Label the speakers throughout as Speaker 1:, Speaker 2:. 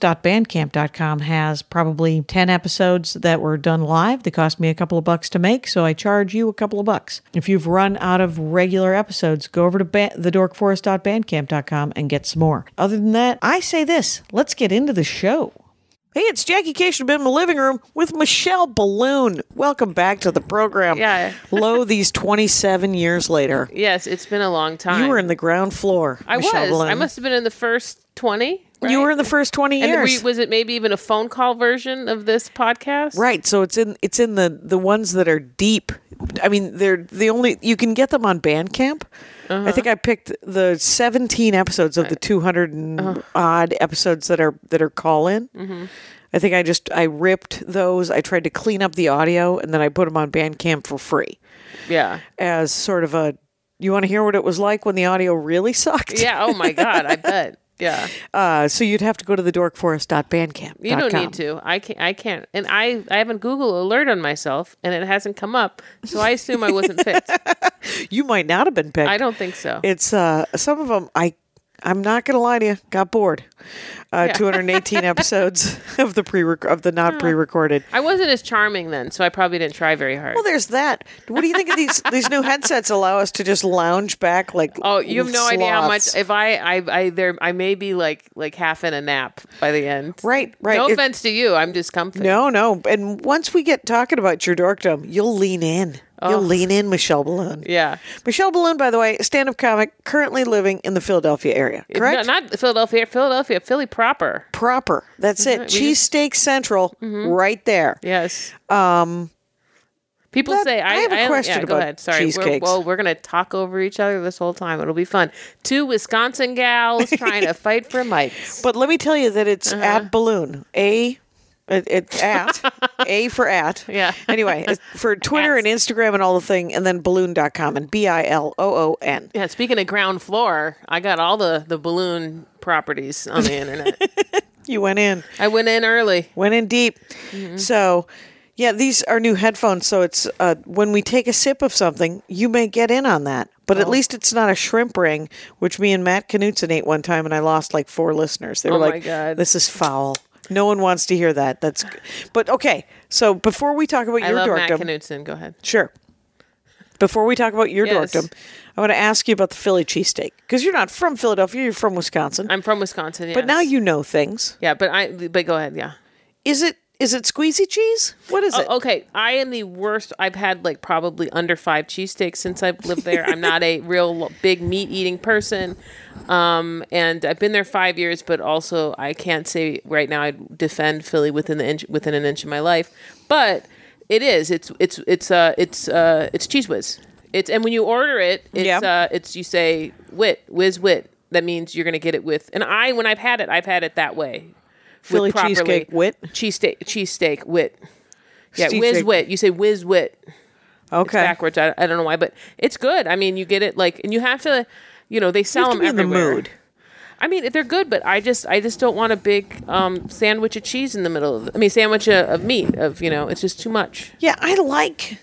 Speaker 1: TheDorkForest.bandcamp.com has probably 10 episodes that were done live. They cost me a couple of bucks to make, so I charge you a couple of bucks. If you've run out of regular episodes, go over to ba- TheDorkForest.bandcamp.com and get some more. Other than that, I say this let's get into the show. Hey, it's Jackie Cation in the living room with Michelle Balloon. Welcome back to the program.
Speaker 2: Yeah.
Speaker 1: Lo, these 27 years later.
Speaker 2: Yes, it's been a long time.
Speaker 1: You were in the ground floor.
Speaker 2: I
Speaker 1: Michelle
Speaker 2: was.
Speaker 1: Balloon.
Speaker 2: I must have been in the first twenty.
Speaker 1: You
Speaker 2: right?
Speaker 1: were in the first 20
Speaker 2: And
Speaker 1: years.
Speaker 2: we, was it maybe even a phone call version of this podcast?
Speaker 1: Right, so it's in it's in the the ones that are deep. I mean, they're the only you can get them on Bandcamp. I
Speaker 2: Uh-huh.
Speaker 1: think I picked the 17 episodes of the
Speaker 2: Uh,
Speaker 1: 200 and
Speaker 2: uh-huh.
Speaker 1: odd episodes that are that are call in.
Speaker 2: Mm-hmm.
Speaker 1: I think I just I ripped those. I tried to clean up the audio and then I put them on Bandcamp for free
Speaker 2: Yeah.
Speaker 1: as sort of a you want to hear what it was like when the audio really sucked?
Speaker 2: Yeah. Oh my God. I bet. Yeah.
Speaker 1: Uh, so you'd have to go to the dorkforest.bandcamp.
Speaker 2: You don't need to. I can't. I can't. And I. I haven't Google alert on myself, and it hasn't come up. So I assume I wasn't picked.
Speaker 1: You might not have been picked.
Speaker 2: I don't think so.
Speaker 1: It's uh some of them I I'm not gonna lie to you. Got bored. Uh, 218 episodes of the pre of the not pre-recorded.
Speaker 2: I wasn't as charming then, so I probably didn't try very hard.
Speaker 1: Well, there's that. What do you think of these? these new headsets allow us to just lounge back like.
Speaker 2: Oh, you have no idea how much.
Speaker 1: sloths.
Speaker 2: If I, I, I, there, I may be like, like half in a nap by the end.
Speaker 1: Right, right.
Speaker 2: No
Speaker 1: It-
Speaker 2: offense to you, I'm just comfy.
Speaker 1: No, no. And once we get talking about your dorkdom, you'll lean in. You'll lean in, Michelle Balloon.
Speaker 2: Oh. Yeah.
Speaker 1: Michelle Balloon, by the way, stand-up comic, currently living in the Philadelphia area. Correct.
Speaker 2: No, not Philadelphia, Philadelphia, Philly proper.
Speaker 1: Proper. That's
Speaker 2: Mm-hmm.
Speaker 1: it. Cheesesteak Central, right there.
Speaker 2: Yes. Um. People
Speaker 1: that-
Speaker 2: say I,
Speaker 1: I have a
Speaker 2: yeah,
Speaker 1: question
Speaker 2: go
Speaker 1: about
Speaker 2: ahead. Sorry. We're,
Speaker 1: cheesecakes.
Speaker 2: well, we're gonna talk over each other this whole time. It'll be fun. Two Wisconsin gals trying to fight for mics.
Speaker 1: But let me tell you that it's at balloon. A it, it's at A for at.
Speaker 2: Yeah.
Speaker 1: Anyway, it's for Twitter and Instagram and all the thing and then balloon.com and B I L O O N.
Speaker 2: yeah. Speaking of ground floor, I got all the the balloon properties on the internet.
Speaker 1: You went in.
Speaker 2: I went in early.
Speaker 1: Went in deep.
Speaker 2: Mm-hmm.
Speaker 1: So yeah, these are new headphones, so it's uh, when we take a sip of something, you may get in on that. But
Speaker 2: Oh.
Speaker 1: at least it's not a shrimp ring, which me and Matt Knutson ate one time, and I lost like four listeners. They were
Speaker 2: Oh my
Speaker 1: like,
Speaker 2: God.
Speaker 1: "This is foul. No one wants to hear that." That's, but okay. So before we talk about
Speaker 2: I
Speaker 1: your
Speaker 2: love Matt
Speaker 1: dorkdom,
Speaker 2: Knudsen. Go ahead.
Speaker 1: Sure. Before we talk about your
Speaker 2: Yes.
Speaker 1: dorkdom, I want to ask you about the Philly cheesesteak because you're not from Philadelphia, you're from Wisconsin.
Speaker 2: I'm from Wisconsin.
Speaker 1: but now
Speaker 2: yes.
Speaker 1: you know things.
Speaker 2: Yeah, but I. But go ahead. Yeah.
Speaker 1: Is it is it squeezy cheese? What is it?
Speaker 2: Oh, okay, I am the worst. I've had like probably under five cheesesteaks since I've lived there. I'm not a real l- big meat eating person. Um, and I've been there five years, but also I can't say right now I would defend Philly within the inch, within an inch of my life. But It is. It's it's it's uh it's uh it's cheese whiz. It's and when you order it, it's
Speaker 1: Yeah.
Speaker 2: uh it's you say wit whiz wit. That means you're gonna get it with. And I when I've had it, I've had it that way.
Speaker 1: Philly cheesecake wit?
Speaker 2: cheesesteak cheesesteak wit. Yeah,
Speaker 1: Cheesesteak-
Speaker 2: whiz wit. You say whiz wit.
Speaker 1: Okay.
Speaker 2: backwards. I, I don't know why, but it's good. I mean, you get it like, and you have to, you know, they
Speaker 1: You
Speaker 2: sell
Speaker 1: have to
Speaker 2: them
Speaker 1: be in the
Speaker 2: everywhere.
Speaker 1: mood.
Speaker 2: I mean, they're good, but I just, I just don't want a big um, sandwich of cheese in the middle of. I mean, sandwich of, of meat of, you know, it's just too much.
Speaker 1: Yeah, I like.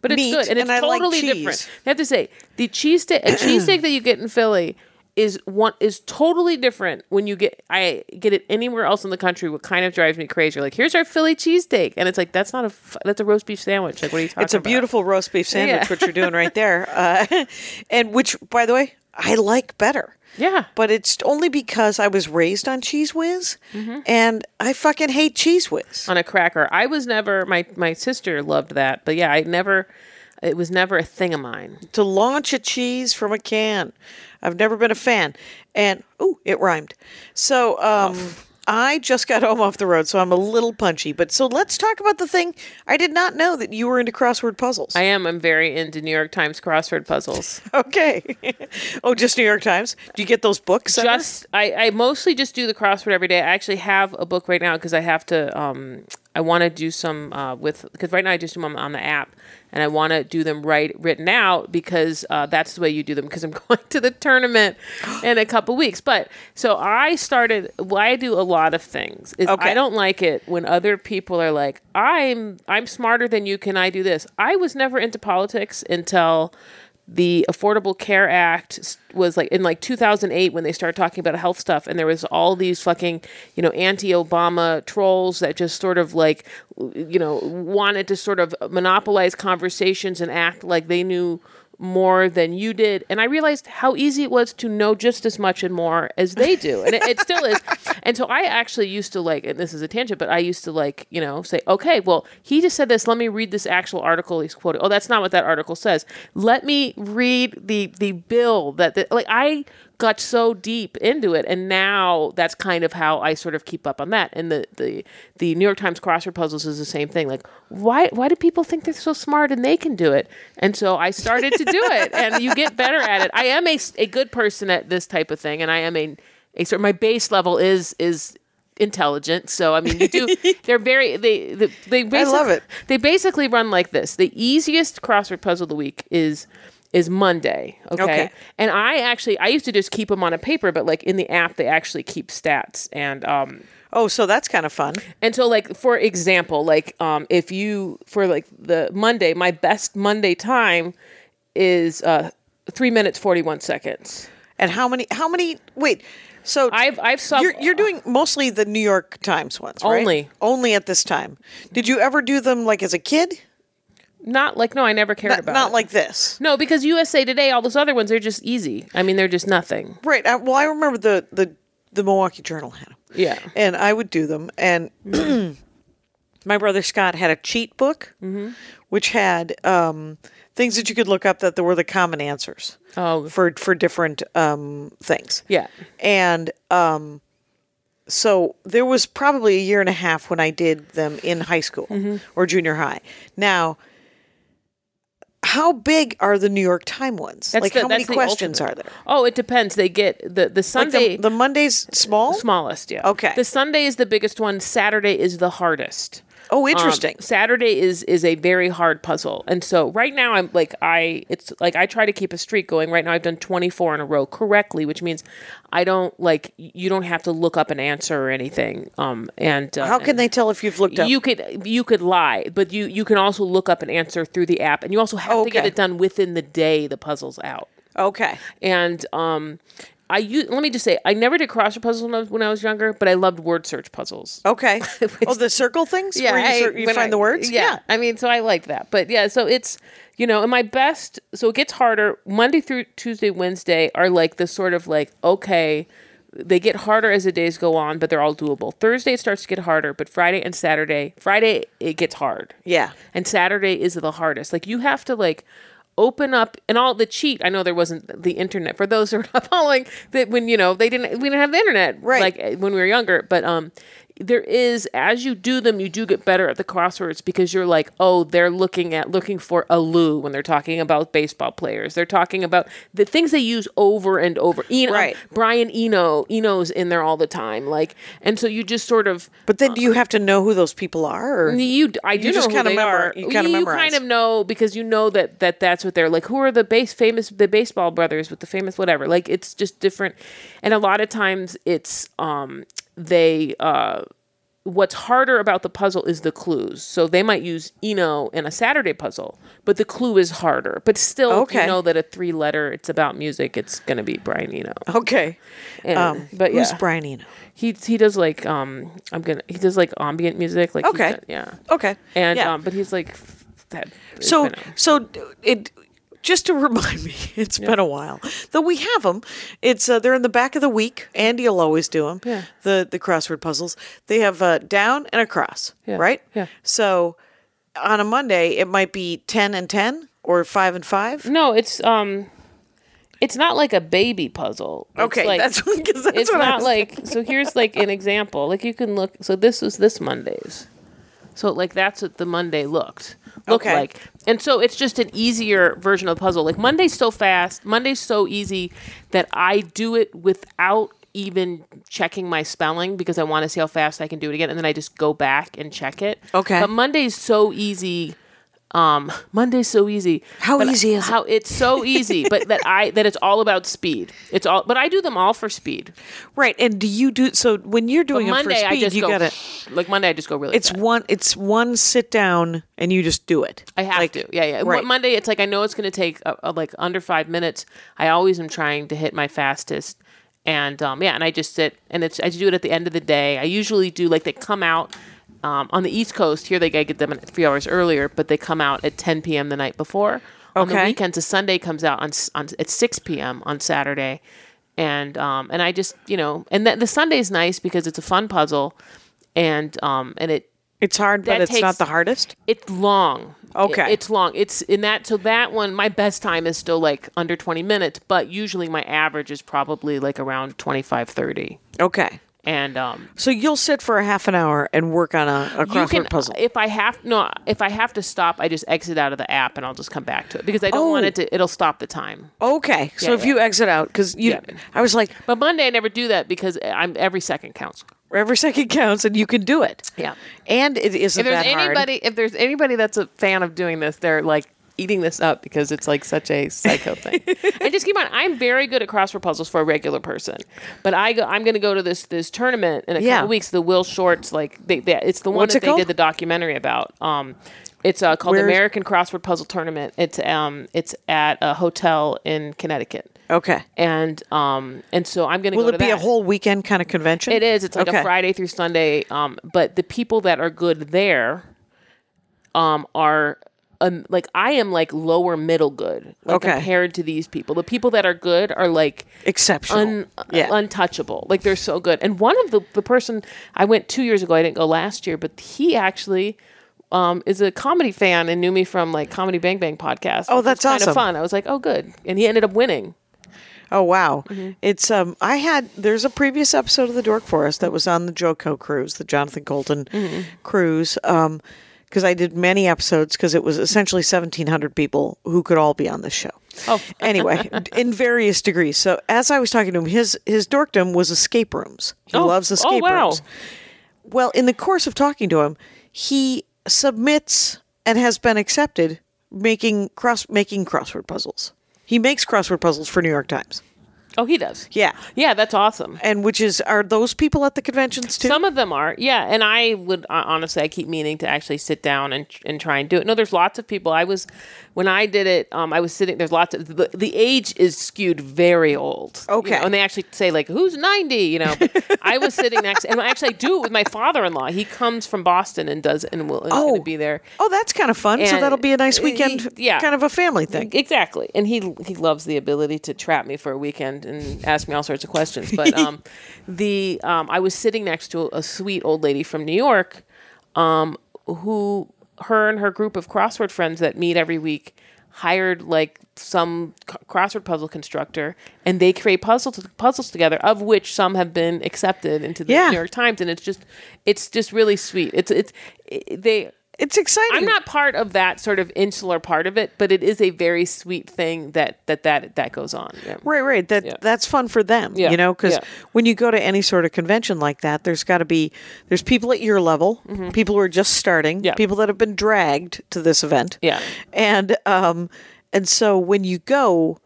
Speaker 2: But it's
Speaker 1: meat,
Speaker 2: good, and it's
Speaker 1: I like
Speaker 2: totally
Speaker 1: cheese.
Speaker 2: different. I have to say, the cheese steak, a cheesesteak that you get in Philly is one is totally different when you get I get it anywhere else in the country. What kind of drives me crazy? Like, here's our Philly cheesesteak, and it's like that's not a f- that's a roast beef sandwich. Like, what are you talking?
Speaker 1: It's a
Speaker 2: about?
Speaker 1: beautiful roast beef sandwich,
Speaker 2: Yeah.
Speaker 1: what you're doing right there. Uh, and which, by the way, I like better.
Speaker 2: Yeah.
Speaker 1: But it's only because I was raised on Cheese Whiz
Speaker 2: Mm-hmm.
Speaker 1: and I fucking hate Cheese Whiz.
Speaker 2: on a cracker. I was never my my sister loved that, but yeah, I never it was never a thing of mine.
Speaker 1: to launch a cheese from a can. I've never been a fan. And ooh, it rhymed. So um I just got home off the road, so I'm a little punchy. But so let's talk about the thing. I did not know that you were into crossword puzzles.
Speaker 2: I am I'm very into New York Times crossword puzzles.
Speaker 1: okay. oh, just New York Times. Do you get those books? ever?
Speaker 2: just I, I mostly just do the crossword every day. I actually have a book right now because I have to um I want to do some uh, with because right now I just do them on the app and I want to do them right written out because uh, that's the way you do them because I'm going to the tournament in a couple weeks. But so I started. Well, I do a lot of things. Is
Speaker 1: Okay.
Speaker 2: I don't like it when other people are like I'm I'm smarter than you. Can I do this? I was never into politics until the Affordable Care Act s- was like in like 2008 when they started talking about health stuff, and there was all these fucking you know anti-Obama trolls that just sort of like you know wanted to sort of monopolize conversations and act like they knew more than you did and i realized how easy it was to know just as much and more as they do and it, it still is and so i actually used to like and this is a tangent but i used to like you know say okay well he just said this let me read this actual article he's quoting oh that's not what that article says let me read the the bill that the, like i got so deep into it and now that's kind of how I sort of keep up on that and the the the New York Times crossword puzzles is the same thing like why why do people think they're so smart and they can do it and so I started to do it and you get better at it I am a, s- a good person at this type of thing and I am a a sort my base level is is intelligent so I mean you do they're very they they, they
Speaker 1: I love
Speaker 2: basic-
Speaker 1: it.
Speaker 2: they basically run like this. The easiest crossword puzzle of the week is is Monday. Okay?
Speaker 1: Okay.
Speaker 2: And I actually I used to just keep them on a paper, but like in the app they actually keep stats and um
Speaker 1: Oh, so that's kind of fun.
Speaker 2: and so like for example, like um if you for like the Monday, my best Monday time is uh three minutes forty one seconds.
Speaker 1: And how many? How many? Wait. So
Speaker 2: I've- I've sub-
Speaker 1: you're, you're doing mostly the New York Times ones, right?
Speaker 2: Only.
Speaker 1: only at this time. Did you ever do them like as a kid?
Speaker 2: Not like no, I never cared
Speaker 1: Not,
Speaker 2: about
Speaker 1: not
Speaker 2: it.
Speaker 1: like this.
Speaker 2: no, because USA Today, all those other ones, they're just easy. I mean, they're just nothing.
Speaker 1: Right. I, well, I remember the the the Milwaukee Journal had them.
Speaker 2: Yeah.
Speaker 1: And I would do them. And my brother Scott had a cheat book,
Speaker 2: Mm-hmm.
Speaker 1: which had um, things that you could look up that there were the common answers
Speaker 2: Oh.
Speaker 1: for for different um, things.
Speaker 2: Yeah.
Speaker 1: And um, so there was probably a year and a half when I did them in high school
Speaker 2: Mm-hmm.
Speaker 1: or junior high. Now. How big are the New York Times ones? like,
Speaker 2: the-
Speaker 1: how many
Speaker 2: that's the
Speaker 1: questions
Speaker 2: ultimate.
Speaker 1: are there?
Speaker 2: Oh, it depends. They get the the
Speaker 1: Like
Speaker 2: Sunday
Speaker 1: the, the Monday's small?
Speaker 2: smallest. Yeah.
Speaker 1: Okay.
Speaker 2: The Sunday is the biggest one. Saturday is the hardest.
Speaker 1: Oh,
Speaker 2: Um,
Speaker 1: interesting.
Speaker 2: Saturday is is a very hard puzzle, and so right now I'm like I it's like I try to keep a streak going. Right now I've done 24 in a row correctly, which means I don't like you don't have to look up an answer or anything. Um, and uh,
Speaker 1: How can they tell if you've looked up?
Speaker 2: You could you could lie, but you you can also look up an answer through the app, and you also have to get
Speaker 1: Okay.
Speaker 2: it done within the day the puzzle's out.
Speaker 1: okay.
Speaker 2: and um I u- let me just say I never did crossword puzzles when I was, when I was younger, but I loved word search puzzles.
Speaker 1: Okay. oh, the circle things? Where you, cer- you
Speaker 2: when
Speaker 1: find
Speaker 2: I-
Speaker 1: the words?
Speaker 2: Yeah, I mean, so I liked that, but yeah, so it's you know, and my best, so it gets harder. Monday through Tuesday, Wednesday are like the sort of like okay, they get harder as the days go on, but they're all doable. Thursday it starts to get harder, but Friday and Saturday, Friday it gets hard
Speaker 1: Yeah.
Speaker 2: and Saturday is the hardest. Like you have to like open up and all the cheat. I know there wasn't the internet for those who are not following that when you know they didn't we didn't have the internet
Speaker 1: Right.
Speaker 2: like uh, when we were younger, but um there is as you do them you do get better at the crosswords because you're like oh they're looking at looking for a loo when they're talking about baseball players they're talking about the things they use over and over Eno,
Speaker 1: Right.
Speaker 2: brian eno eno's in there all the time like and so you just sort of
Speaker 1: But then, do you have to know who those people are? Or?
Speaker 2: you, d- I do
Speaker 1: just
Speaker 2: know who
Speaker 1: kinda
Speaker 2: they
Speaker 1: memor-
Speaker 2: are.
Speaker 1: you kinda
Speaker 2: you
Speaker 1: memorize.
Speaker 2: kind of know because you know that that that's what they're like. Who are the base famous the baseball brothers with the famous whatever? Like it's just different, and a lot of times it's um they uh what's harder about the puzzle is the clues. So they might use Eno in a Saturday puzzle, but the clue is harder. But still, if
Speaker 1: Okay.
Speaker 2: you know that a three letter it's about music. It's gonna be Brian Eno.
Speaker 1: Okay.
Speaker 2: And,
Speaker 1: Um,
Speaker 2: but yeah,
Speaker 1: who's Brian Eno?
Speaker 2: he he does like um I'm gonna he does like ambient music like he's
Speaker 1: Okay.
Speaker 2: done- yeah
Speaker 1: Okay.
Speaker 2: and
Speaker 1: Yeah.
Speaker 2: um, but he's like f- that. it's
Speaker 1: So,
Speaker 2: been a-
Speaker 1: so it just to remind me, it's been a while though. We have them. It's uh, they're in the back of the week. Andy'll always do them.
Speaker 2: Yeah.
Speaker 1: The the crossword puzzles. They have uh, down and across.
Speaker 2: Yeah.
Speaker 1: Right.
Speaker 2: Yeah.
Speaker 1: So on a Monday, it might be ten and ten or five and five.
Speaker 2: no, Mm, it's um, it's not like a baby puzzle. It's
Speaker 1: Okay,
Speaker 2: like,
Speaker 1: that's, 'cause that's
Speaker 2: it's
Speaker 1: what I
Speaker 2: not
Speaker 1: was-
Speaker 2: like so. Here's like an example. Like you can look. So this was this Monday's. So like that's what the Monday looked looked
Speaker 1: Okay.
Speaker 2: like, and so it's just an easier version of the puzzle. Like Monday's so fast, Monday's so easy that I do it without even checking my spelling because I want to see how fast I can do it again, and then I just go back and check it.
Speaker 1: Okay.
Speaker 2: but Monday's so easy. Um, Monday's so easy.
Speaker 1: How
Speaker 2: But
Speaker 1: easy is it?
Speaker 2: how it's so easy, but that I that it's all about speed. It's all, but I do them all for speed.
Speaker 1: right. And do you do so when you're doing them
Speaker 2: Monday
Speaker 1: for
Speaker 2: I
Speaker 1: speed?
Speaker 2: just
Speaker 1: you
Speaker 2: go
Speaker 1: gotta.
Speaker 2: like Monday I just go really.
Speaker 1: It's
Speaker 2: fast.
Speaker 1: one. It's one sit down, and you just do it.
Speaker 2: I have
Speaker 1: like,
Speaker 2: to. Yeah, yeah. Mo-
Speaker 1: right.
Speaker 2: Monday it's like I know it's going to take uh, uh, like under five minutes. I always am trying to hit my fastest, and um, yeah, and I just sit and it's I do it at the end of the day. I usually do like they come out. Um, on the East Coast, here they I get them a few hours earlier, but they come out at 10 p.m. the night before. On the
Speaker 1: Okay.
Speaker 2: weekends, a Sunday comes out on, s- on at 6 p.m. on Saturday, and um, and I just you know, and th- the Sunday's nice because it's a fun puzzle, and um, and it
Speaker 1: It's hard, but
Speaker 2: That
Speaker 1: it's not
Speaker 2: takes-
Speaker 1: the hardest.
Speaker 2: it's long.
Speaker 1: Okay.
Speaker 2: It- it's long. It's in that so that one my best time is still like under 20 minutes, but usually my average is probably like around 25 30.
Speaker 1: Okay.
Speaker 2: And um
Speaker 1: So you'll sit for a half an hour and work on a, a
Speaker 2: you
Speaker 1: crossword
Speaker 2: can uh,
Speaker 1: puzzle.
Speaker 2: if I have no if I have to stop, I just exit out of the app and I'll just come back to it because I don't want
Speaker 1: Oh.
Speaker 2: it to it'll stop the time.
Speaker 1: okay. So
Speaker 2: Yeah,
Speaker 1: if you
Speaker 2: yeah.
Speaker 1: exit out, because you,
Speaker 2: Yeah.
Speaker 1: I was like,
Speaker 2: But Monday I never do that because uh, I'm every second counts.
Speaker 1: every second counts, and you can do it.
Speaker 2: Yeah.
Speaker 1: And it isn't
Speaker 2: If there's
Speaker 1: that hard.
Speaker 2: anybody if there's anybody that's a fan of doing this, they're like eating this up because it's like such a psycho thing. and just keep on, I'm very good at crossword puzzles for a regular person. But I go I'm gonna go to this this tournament in a
Speaker 1: Yeah.
Speaker 2: couple weeks, the Will Shorts, like they, they it's the one
Speaker 1: What's
Speaker 2: that
Speaker 1: it
Speaker 2: they
Speaker 1: called?
Speaker 2: did the documentary about. Um it's uh, called the
Speaker 1: Where's-
Speaker 2: American Crossword Puzzle Tournament. It's um it's at a hotel in Connecticut.
Speaker 1: Okay.
Speaker 2: And um and so I'm gonna
Speaker 1: Will
Speaker 2: go
Speaker 1: it
Speaker 2: to
Speaker 1: be a
Speaker 2: that.
Speaker 1: whole weekend kind of convention?
Speaker 2: It is. It's like
Speaker 1: Okay.
Speaker 2: a Friday through Sunday. Um, but the people that are good there, um, are um, like I am like lower middle good. Like
Speaker 1: Okay.
Speaker 2: Compared to these people, the people that are good are like
Speaker 1: Exceptional.
Speaker 2: un-
Speaker 1: yeah.
Speaker 2: untouchable. Like they're so good. And one of the the person I went two years ago. I didn't go last year, but he actually. Um, is a comedy fan and knew me from like Comedy Bang Bang podcast.
Speaker 1: Oh,
Speaker 2: which was
Speaker 1: that's
Speaker 2: kind
Speaker 1: awesome.
Speaker 2: of fun. I was like, oh, good, and he ended up winning.
Speaker 1: Oh wow!
Speaker 2: Mm-hmm.
Speaker 1: It's um. I had there's a previous episode of the Dork Forest that was on the Joco cruise, the Jonathan Colton
Speaker 2: Mm-hmm.
Speaker 1: cruise. Um, because I did many episodes because it was essentially 1,700 people who could all be on this show.
Speaker 2: Oh.
Speaker 1: anyway, d- in various degrees. So as I was talking to him, his his dorkdom was escape rooms. He
Speaker 2: Oh,
Speaker 1: loves
Speaker 2: oh,
Speaker 1: escape
Speaker 2: wow.
Speaker 1: rooms. Well, in the course of talking to him, he submits and has been accepted making cross making crossword puzzles. He makes crossword puzzles for New York Times.
Speaker 2: Oh, he does.
Speaker 1: Yeah.
Speaker 2: yeah, that's awesome.
Speaker 1: And which is are those people at the conventions too?
Speaker 2: Some of them are, yeah. And I would uh, honestly, I keep meaning to actually sit down and and try and do it. No, there's lots of people. I was when I did it. Um, I was sitting. There's lots of the, the age is skewed very old. you
Speaker 1: Okay.
Speaker 2: know, and they actually say like, "Who's 90? You know. But I was sitting next, and I actually I do it with my father-in-law. He comes from Boston and does, and will and is
Speaker 1: Oh.
Speaker 2: gonna be there.
Speaker 1: oh, that's kind of fun. so
Speaker 2: And- uh,
Speaker 1: that'll be a nice weekend,
Speaker 2: Yeah.
Speaker 1: kind of a family thing.
Speaker 2: Exactly, and he he loves the ability to trap me for a weekend and ask me all sorts of questions. But um, the um, I was sitting next to a sweet old lady from New York, um, who her and her group of crossword friends that meet every week hired like some c- crossword puzzle constructor and they create puzzles puzzles together of which some have been accepted into the
Speaker 1: Yeah.
Speaker 2: New York Times and it's just it's just really sweet. It's it's it, they
Speaker 1: It's exciting.
Speaker 2: I'm not part of that sort of insular part of it, but it is a very sweet thing that that that that goes on. Yeah.
Speaker 1: Right, right. That that's fun for them,
Speaker 2: Yeah,
Speaker 1: you know, because
Speaker 2: yeah.
Speaker 1: when you go to any sort of convention like that, there's got to be there's people at your level, people who are just starting,
Speaker 2: Mm-hmm. Yeah.
Speaker 1: people that have been dragged to this event,
Speaker 2: Yeah.
Speaker 1: and um, and so when you go,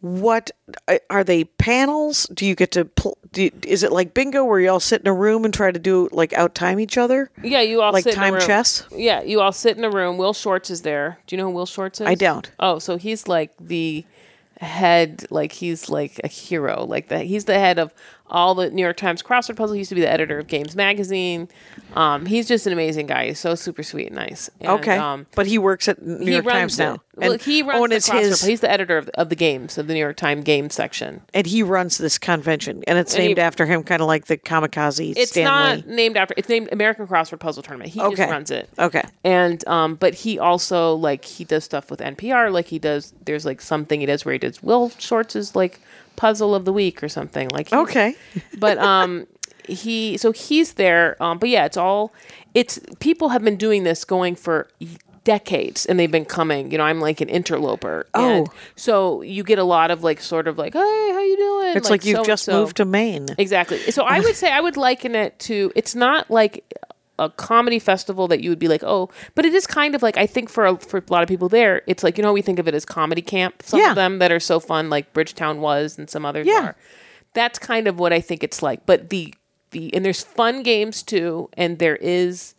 Speaker 1: what uh, are they panels? Do you get to pl- do you- is it like bingo where you all sit in a room and try to do like out time each other?
Speaker 2: Yeah, you all
Speaker 1: Like
Speaker 2: sit in a
Speaker 1: time
Speaker 2: room.
Speaker 1: chess?
Speaker 2: Yeah, you all sit in a room. Will Shorts is there. Do you know who Will Shorts is?
Speaker 1: I don't.
Speaker 2: Oh, so he's like the head, like he's like a hero, like that. He's the head of all the New York Times crossword puzzle. He used to be the editor of Games Magazine. Um, he's just an amazing guy. He's so super sweet and nice. And,
Speaker 1: Okay,
Speaker 2: Um,
Speaker 1: but he works at New
Speaker 2: he
Speaker 1: York
Speaker 2: runs
Speaker 1: Times now.
Speaker 2: it. Well, he runs
Speaker 1: oh, and
Speaker 2: the
Speaker 1: it's
Speaker 2: crossword.
Speaker 1: his,
Speaker 2: puzzle. He's the editor of, of the games of the New York Times games section.
Speaker 1: and he runs this convention, and it's
Speaker 2: he-
Speaker 1: named after him, kind of like the Kamikaze.
Speaker 2: It's
Speaker 1: Stanley.
Speaker 2: not named after. It's named American Crossword Puzzle Tournament. He
Speaker 1: Okay.
Speaker 2: just runs it.
Speaker 1: Okay.
Speaker 2: And um, but he also like he does stuff with NPR. Like he does. There's like something he does where he does Will Shortz's like puzzle of the week or something. Like he-
Speaker 1: Okay.
Speaker 2: but um, he so he's there. Um, but yeah, it's all. It's people have been doing this going for decades and they've been coming you know i'm like an interloper and
Speaker 1: Oh.
Speaker 2: so you get a lot of like sort of like hey how you doing
Speaker 1: It's like, you've just
Speaker 2: so-and-so.
Speaker 1: moved to Maine.
Speaker 2: Exactly. So I would say I would liken it to it's not like a comedy festival that you would be like, oh, but it is kind of like I think for a, for a lot of people there, it's like you know we think of it as comedy camp. Some
Speaker 1: Yeah.
Speaker 2: of them that are so fun, like Bridgetown was, and some others
Speaker 1: Yeah.
Speaker 2: are. That's kind of what I think it's like. But the the and there's fun games too, and there is.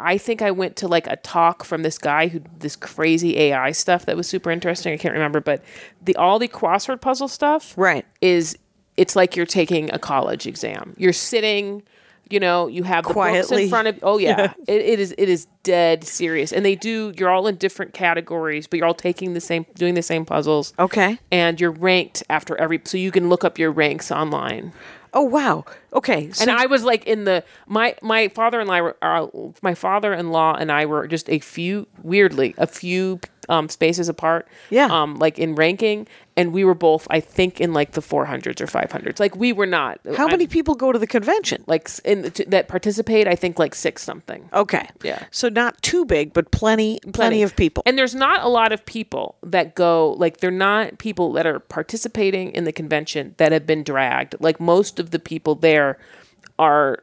Speaker 2: I think I went to like a talk from this guy who did this crazy AI stuff that was super interesting. I can't remember, but the all the crossword puzzle stuff,
Speaker 1: Right.
Speaker 2: is it's like you're taking a college exam. You're sitting, you know, you have the books
Speaker 1: Quietly.
Speaker 2: in front of. Oh yeah, it, it is. It is dead serious, and they do. You're all in different categories, but you're all taking the same, doing the same puzzles.
Speaker 1: Okay.
Speaker 2: and you're ranked after every, so you can look up your ranks online.
Speaker 1: Oh wow. Okay. So,
Speaker 2: And I was like in the my my father and I were uh, my father in law and I were just a few weirdly a few um, spaces apart.
Speaker 1: Yeah.
Speaker 2: Um, like in ranking, and we were both I think in like the four hundreds or five hundreds. Like we were not.
Speaker 1: how
Speaker 2: I'm-
Speaker 1: many people go to the convention?
Speaker 2: like s- in the, t- that participate? I think like six something.
Speaker 1: Okay.
Speaker 2: Yeah.
Speaker 1: So not too big, but plenty, plenty, of people.
Speaker 2: And there's not a lot of people that go, like, they're not people that are participating in the convention that have been dragged. Like, most of the people there are,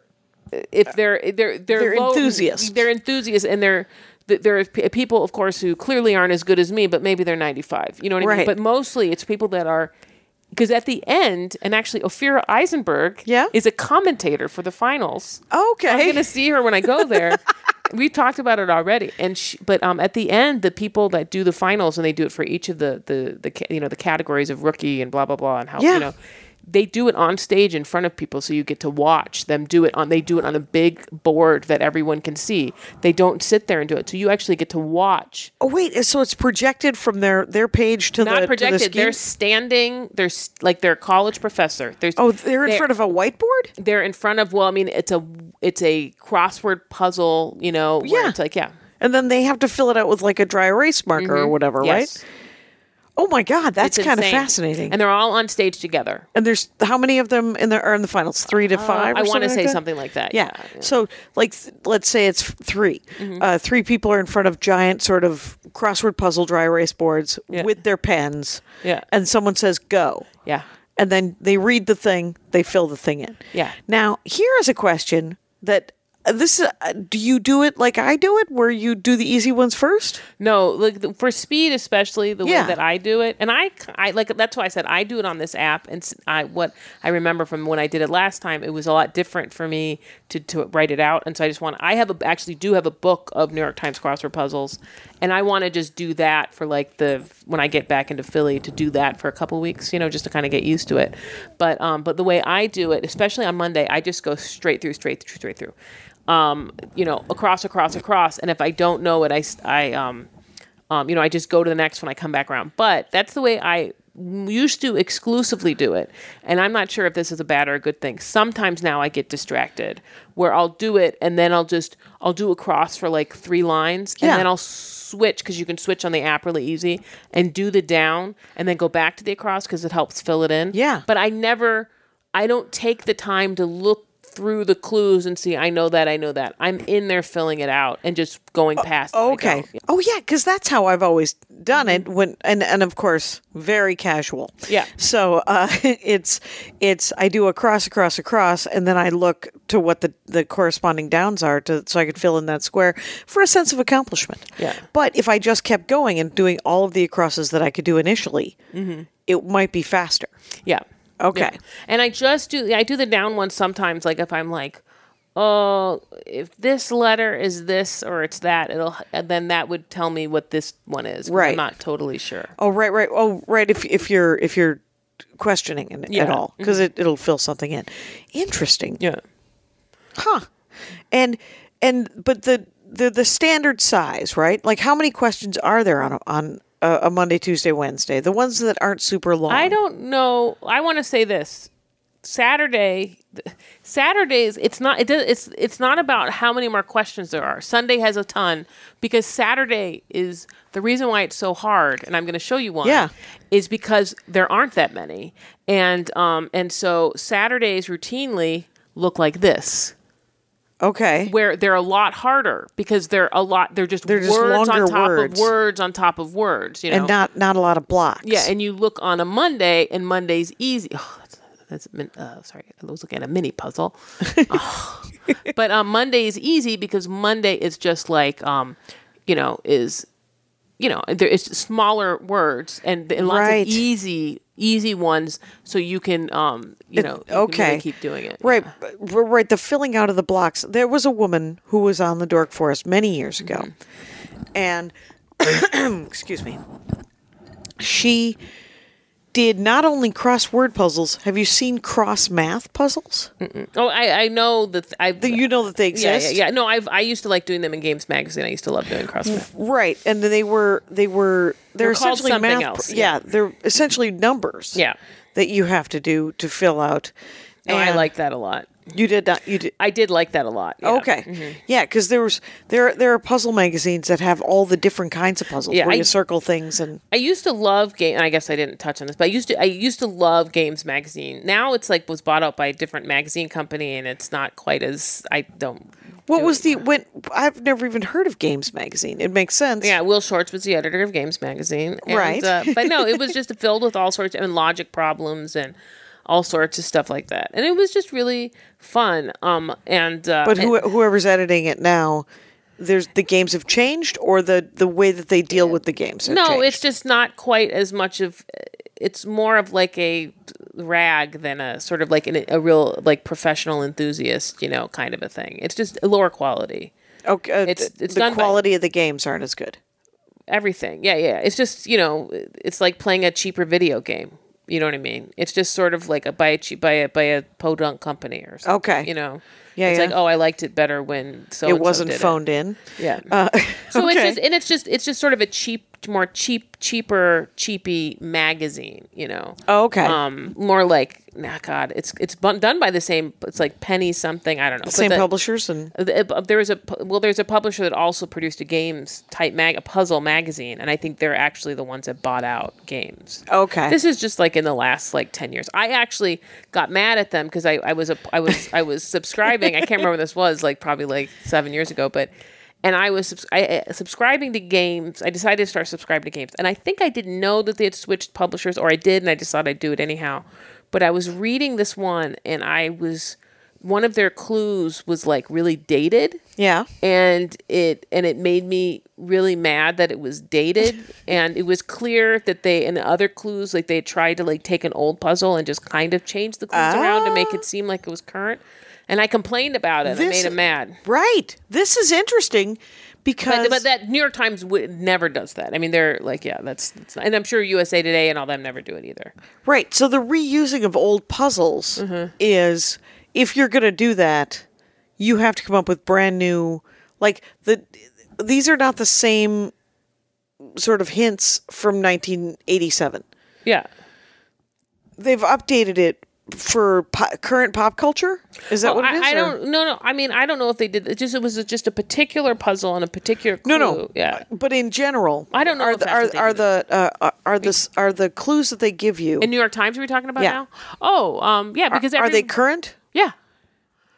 Speaker 2: if they're, they're, they're,
Speaker 1: They're
Speaker 2: low-
Speaker 1: enthusiasts.
Speaker 2: They're enthusiasts and they're, th- there are p- people, of course, who clearly aren't as good as me, but maybe they're 95. You know what I
Speaker 1: Right.
Speaker 2: mean? But mostly it's people that are, because at the end, and actually, Ophira Eisenberg
Speaker 1: Yeah.
Speaker 2: is a commentator for the finals. I'm
Speaker 1: okay.
Speaker 2: gonna see her when I go there. we talked about it already, and she, but um, at the end, the people that do the finals and they do it for each of the the the ca- you know the categories of rookie and blah blah blah and how
Speaker 1: Yeah.
Speaker 2: you know they do it on stage in front of people, so you get to watch them do it on. They do it on a big board that everyone can see. They don't sit there and do it, so you actually get to watch.
Speaker 1: oh wait. So it's projected from their their page to the
Speaker 2: Not
Speaker 1: To the
Speaker 2: projected.
Speaker 1: scheme?
Speaker 2: They're standing. They're s- like they're a college professor. There's
Speaker 1: oh, they're in front of a whiteboard.
Speaker 2: they're in front of. Well, I mean, it's a it's a crossword puzzle. You know, where
Speaker 1: Yeah.
Speaker 2: it's like yeah.
Speaker 1: And then they have to fill it out with like a dry erase marker or whatever,
Speaker 2: Mm-hmm. Yes.
Speaker 1: right? Oh my God, that's
Speaker 2: It's
Speaker 1: kind of
Speaker 2: insane.
Speaker 1: fascinating.
Speaker 2: And
Speaker 1: And,
Speaker 2: they're all on stage together.
Speaker 1: there's how many of them in the are in the finals? Three to five.
Speaker 2: Uh, I
Speaker 1: want to
Speaker 2: say
Speaker 1: that?
Speaker 2: something like that. Mm-hmm.
Speaker 1: yeah. So, like, th- let's say it's f- 3 Uh, three people are in front of giant sort of crossword puzzle dry erase boards with their pens.
Speaker 2: Yeah.
Speaker 1: And someone says go.
Speaker 2: Yeah.
Speaker 1: And then they read the thing, they fill the thing in.
Speaker 2: Yeah.
Speaker 1: Now, here is a question that uh, this is, uh, do you do it like I do it, where you do the easy ones first?
Speaker 2: No, like the, for speed, especially the
Speaker 1: Yeah.
Speaker 2: way that I do it, and I, I like that's why I said I do it on this app. And s- I what I remember from when I did it last time, it was a lot different for me to to write it out. And so I just want I have a, actually do have a book of New York Times crossword puzzles, and I want to just do that for like the when I get back into Philly to do that for a couple weeks, you know, just to kind of get used to it. But um, but the way I do it, especially on Monday, I just go straight through, straight through, straight through. Um, you know, across, across, across, and if I don't know it, I, s- I um, um, you know, I just go to the next when I come back around. But that's the way I used to exclusively do it, and I'm not sure if this is a bad or a good thing. Sometimes now I get distracted where I'll do it and then I'll just I'll do a cross for like three lines and
Speaker 1: Yeah.
Speaker 2: then I'll switch because you can switch on the app really easy and do the down and then go back to the across because it helps fill it in.
Speaker 1: Yeah.
Speaker 2: But I never, I don't take the time to look through the clues and see, I know that, I know that. I'm in there filling it out and just going past. it. I
Speaker 1: Oh, Okay.
Speaker 2: don't.
Speaker 1: Oh yeah, because that's how I've always done it. When and and of course very casual.
Speaker 2: Mm-hmm. Yeah.
Speaker 1: So uh, it's it's I do a cross across across, and then I look to what the the corresponding downs are to so I could fill in that square for a sense of accomplishment.
Speaker 2: Yeah.
Speaker 1: But if I just kept going and doing all of the acrosses that I could do initially,
Speaker 2: Mm-hmm.
Speaker 1: it might be faster.
Speaker 2: Yeah.
Speaker 1: Okay.
Speaker 2: Yeah. And I just do I do the down ones sometimes like if I'm like oh if this letter is this or it's that it'll and then that would tell me what this one is 'cause
Speaker 1: Right.
Speaker 2: I'm not totally sure.
Speaker 1: Oh right, right. Oh right. If if you're if you're questioning it at
Speaker 2: Yeah. Mm-hmm.
Speaker 1: all, because it it'll fill something in. Interesting.
Speaker 2: Yeah.
Speaker 1: Huh. And and but the the the standard size, right? Like how many questions are there on a, on a, a Monday, Tuesday, Wednesday? The ones that aren't super long.
Speaker 2: I don't know. I want to say this. Saturday, Saturdays. It's not. It does, It's it's not about how many more questions there are. Sunday has a ton because Saturday is the reason why it's so hard. And I'm going to show you one.
Speaker 1: Yeah.
Speaker 2: Is because there aren't that many, and um and so Saturdays routinely look like this
Speaker 1: Okay.
Speaker 2: where they're a lot harder because they're a lot they're just
Speaker 1: They're just
Speaker 2: words
Speaker 1: longer
Speaker 2: on top
Speaker 1: words.
Speaker 2: of words on top of words you know
Speaker 1: And not not a lot of blocks.
Speaker 2: yeah, and you look on a Monday, and Monday's easy. Oh, that's that's a min- uh, sorry, I was looking at a mini puzzle. Oh. But um, Monday is easy because Monday is just like um, you know is you know there it's smaller words and, and lots
Speaker 1: Right.
Speaker 2: of easy easy ones, so you can um you know you can really
Speaker 1: okay.
Speaker 2: keep doing it
Speaker 1: Right, but- r- right. The filling out of the blocks. There was a woman who was on the Dork Forest many years ago,
Speaker 2: Mm-hmm.
Speaker 1: and excuse me, she did not only crossword puzzles. Have you seen cross math puzzles?
Speaker 2: Oh, I I know that I
Speaker 1: That You know that they
Speaker 2: yeah,
Speaker 1: exist.
Speaker 2: yeah yeah no I've I used to like doing them in Games Magazine. I used to love doing cross.
Speaker 1: Right, and then they were they were they're,
Speaker 2: They're called
Speaker 1: essentially
Speaker 2: something
Speaker 1: math.
Speaker 2: else,
Speaker 1: yeah.
Speaker 2: yeah.
Speaker 1: they're essentially numbers.
Speaker 2: Yeah.
Speaker 1: that you have to do to fill out.
Speaker 2: No, I
Speaker 1: And
Speaker 2: like that a lot.
Speaker 1: you did not you did.
Speaker 2: I did like that a lot. yeah.
Speaker 1: Okay, yeah, mm-hmm. because there was there there are puzzle magazines that have all the different kinds of puzzles
Speaker 2: Yeah,
Speaker 1: where
Speaker 2: I-
Speaker 1: you circle things and
Speaker 2: I used to love game. and I guess I didn't touch on this, but I used to. I used to love Games Magazine. Now it's like was bought out by a different magazine company, and it's not quite as I don't.
Speaker 1: what was the when I've never even heard of Games Magazine. It makes sense.
Speaker 2: Yeah, Will Shorts was the editor of Games Magazine, and,
Speaker 1: Right.
Speaker 2: Uh, but no, it was just filled with all sorts and logic problems and all sorts of stuff like that, and it was just really fun. Um, and uh,
Speaker 1: but who, whoever's editing it now, there's the games have changed or the the way that they deal with the games. have
Speaker 2: no,
Speaker 1: changed.
Speaker 2: it's just not quite as much of. It's more of like a rag than a sort of like an, a real like professional enthusiast, you know, kind of a thing. It's just lower quality.
Speaker 1: okay. uh,
Speaker 2: it's- it's
Speaker 1: the
Speaker 2: done by-
Speaker 1: quality of the games aren't as good.
Speaker 2: Everything, yeah, yeah. It's just you know, it's like playing a cheaper video game. You know what I mean? It's just sort of like a by a cheap by a by a podunk company or something.
Speaker 1: Okay.
Speaker 2: you know.
Speaker 1: Yeah,
Speaker 2: it's
Speaker 1: yeah.
Speaker 2: like oh, I liked it better when so
Speaker 1: it wasn't phoned in. Uh,
Speaker 2: Yeah.
Speaker 1: okay.
Speaker 2: So it's just and it's just it's just sort of a cheap, more cheap, cheaper, cheapy magazine, you know.
Speaker 1: Oh, okay.
Speaker 2: Um, more like nah, God, it's it's bun- done by the same. It's like Penny something. I don't know. But
Speaker 1: same
Speaker 2: the-
Speaker 1: publishers and
Speaker 2: the- uh, There was a pu- well. There's a publisher that also produced a games type mag, a puzzle magazine, and I think they're actually the ones that bought out games.
Speaker 1: okay.
Speaker 2: This is just like in the last like ten years. I actually got mad at them because I, I was a I was I was subscribing. I can't remember when this was like probably like seven years ago, but and I was subs- I, uh, subscribing to games. I decided to start subscribing to games, and I think I didn't know that they had switched publishers, or I did, and I just thought I'd do it anyhow. But I was reading this one, and I was one of their clues was like really dated
Speaker 1: yeah.
Speaker 2: and it and it made me really mad that it was dated and it was clear that they and the other clues like they tried to like take an old puzzle and just kind of change the clues around to make it seem like it was current and i complained about it i
Speaker 1: Ah. This-
Speaker 2: made him mad
Speaker 1: Right. This is interesting because
Speaker 2: but, but that new york times w- never does that i mean they're like yeah that's, that's not, and i'm sure usa today and all them never do it either
Speaker 1: right. So the reusing of old puzzles is if you're going to do that, you have to come up with brand new like the these are not the same sort of hints from 1987.
Speaker 2: yeah
Speaker 1: they've updated it for po- current pop culture. Is that what it
Speaker 2: I,
Speaker 1: is?
Speaker 2: I
Speaker 1: or-
Speaker 2: don't. No, no. I mean, I don't know if they did. It just it was just a particular puzzle and a particular.
Speaker 1: No,
Speaker 2: Clue.
Speaker 1: no.
Speaker 2: Yeah.
Speaker 1: But in general,
Speaker 2: I don't know
Speaker 1: Are
Speaker 2: if
Speaker 1: the
Speaker 2: that's what
Speaker 1: are,
Speaker 2: they
Speaker 1: are
Speaker 2: do.
Speaker 1: the uh, are- are the are the clues that they give you?
Speaker 2: In New York Times, are we talking about
Speaker 1: Yeah.
Speaker 2: now? Oh, um, yeah. Because
Speaker 1: are
Speaker 2: every-
Speaker 1: they current?
Speaker 2: Yeah.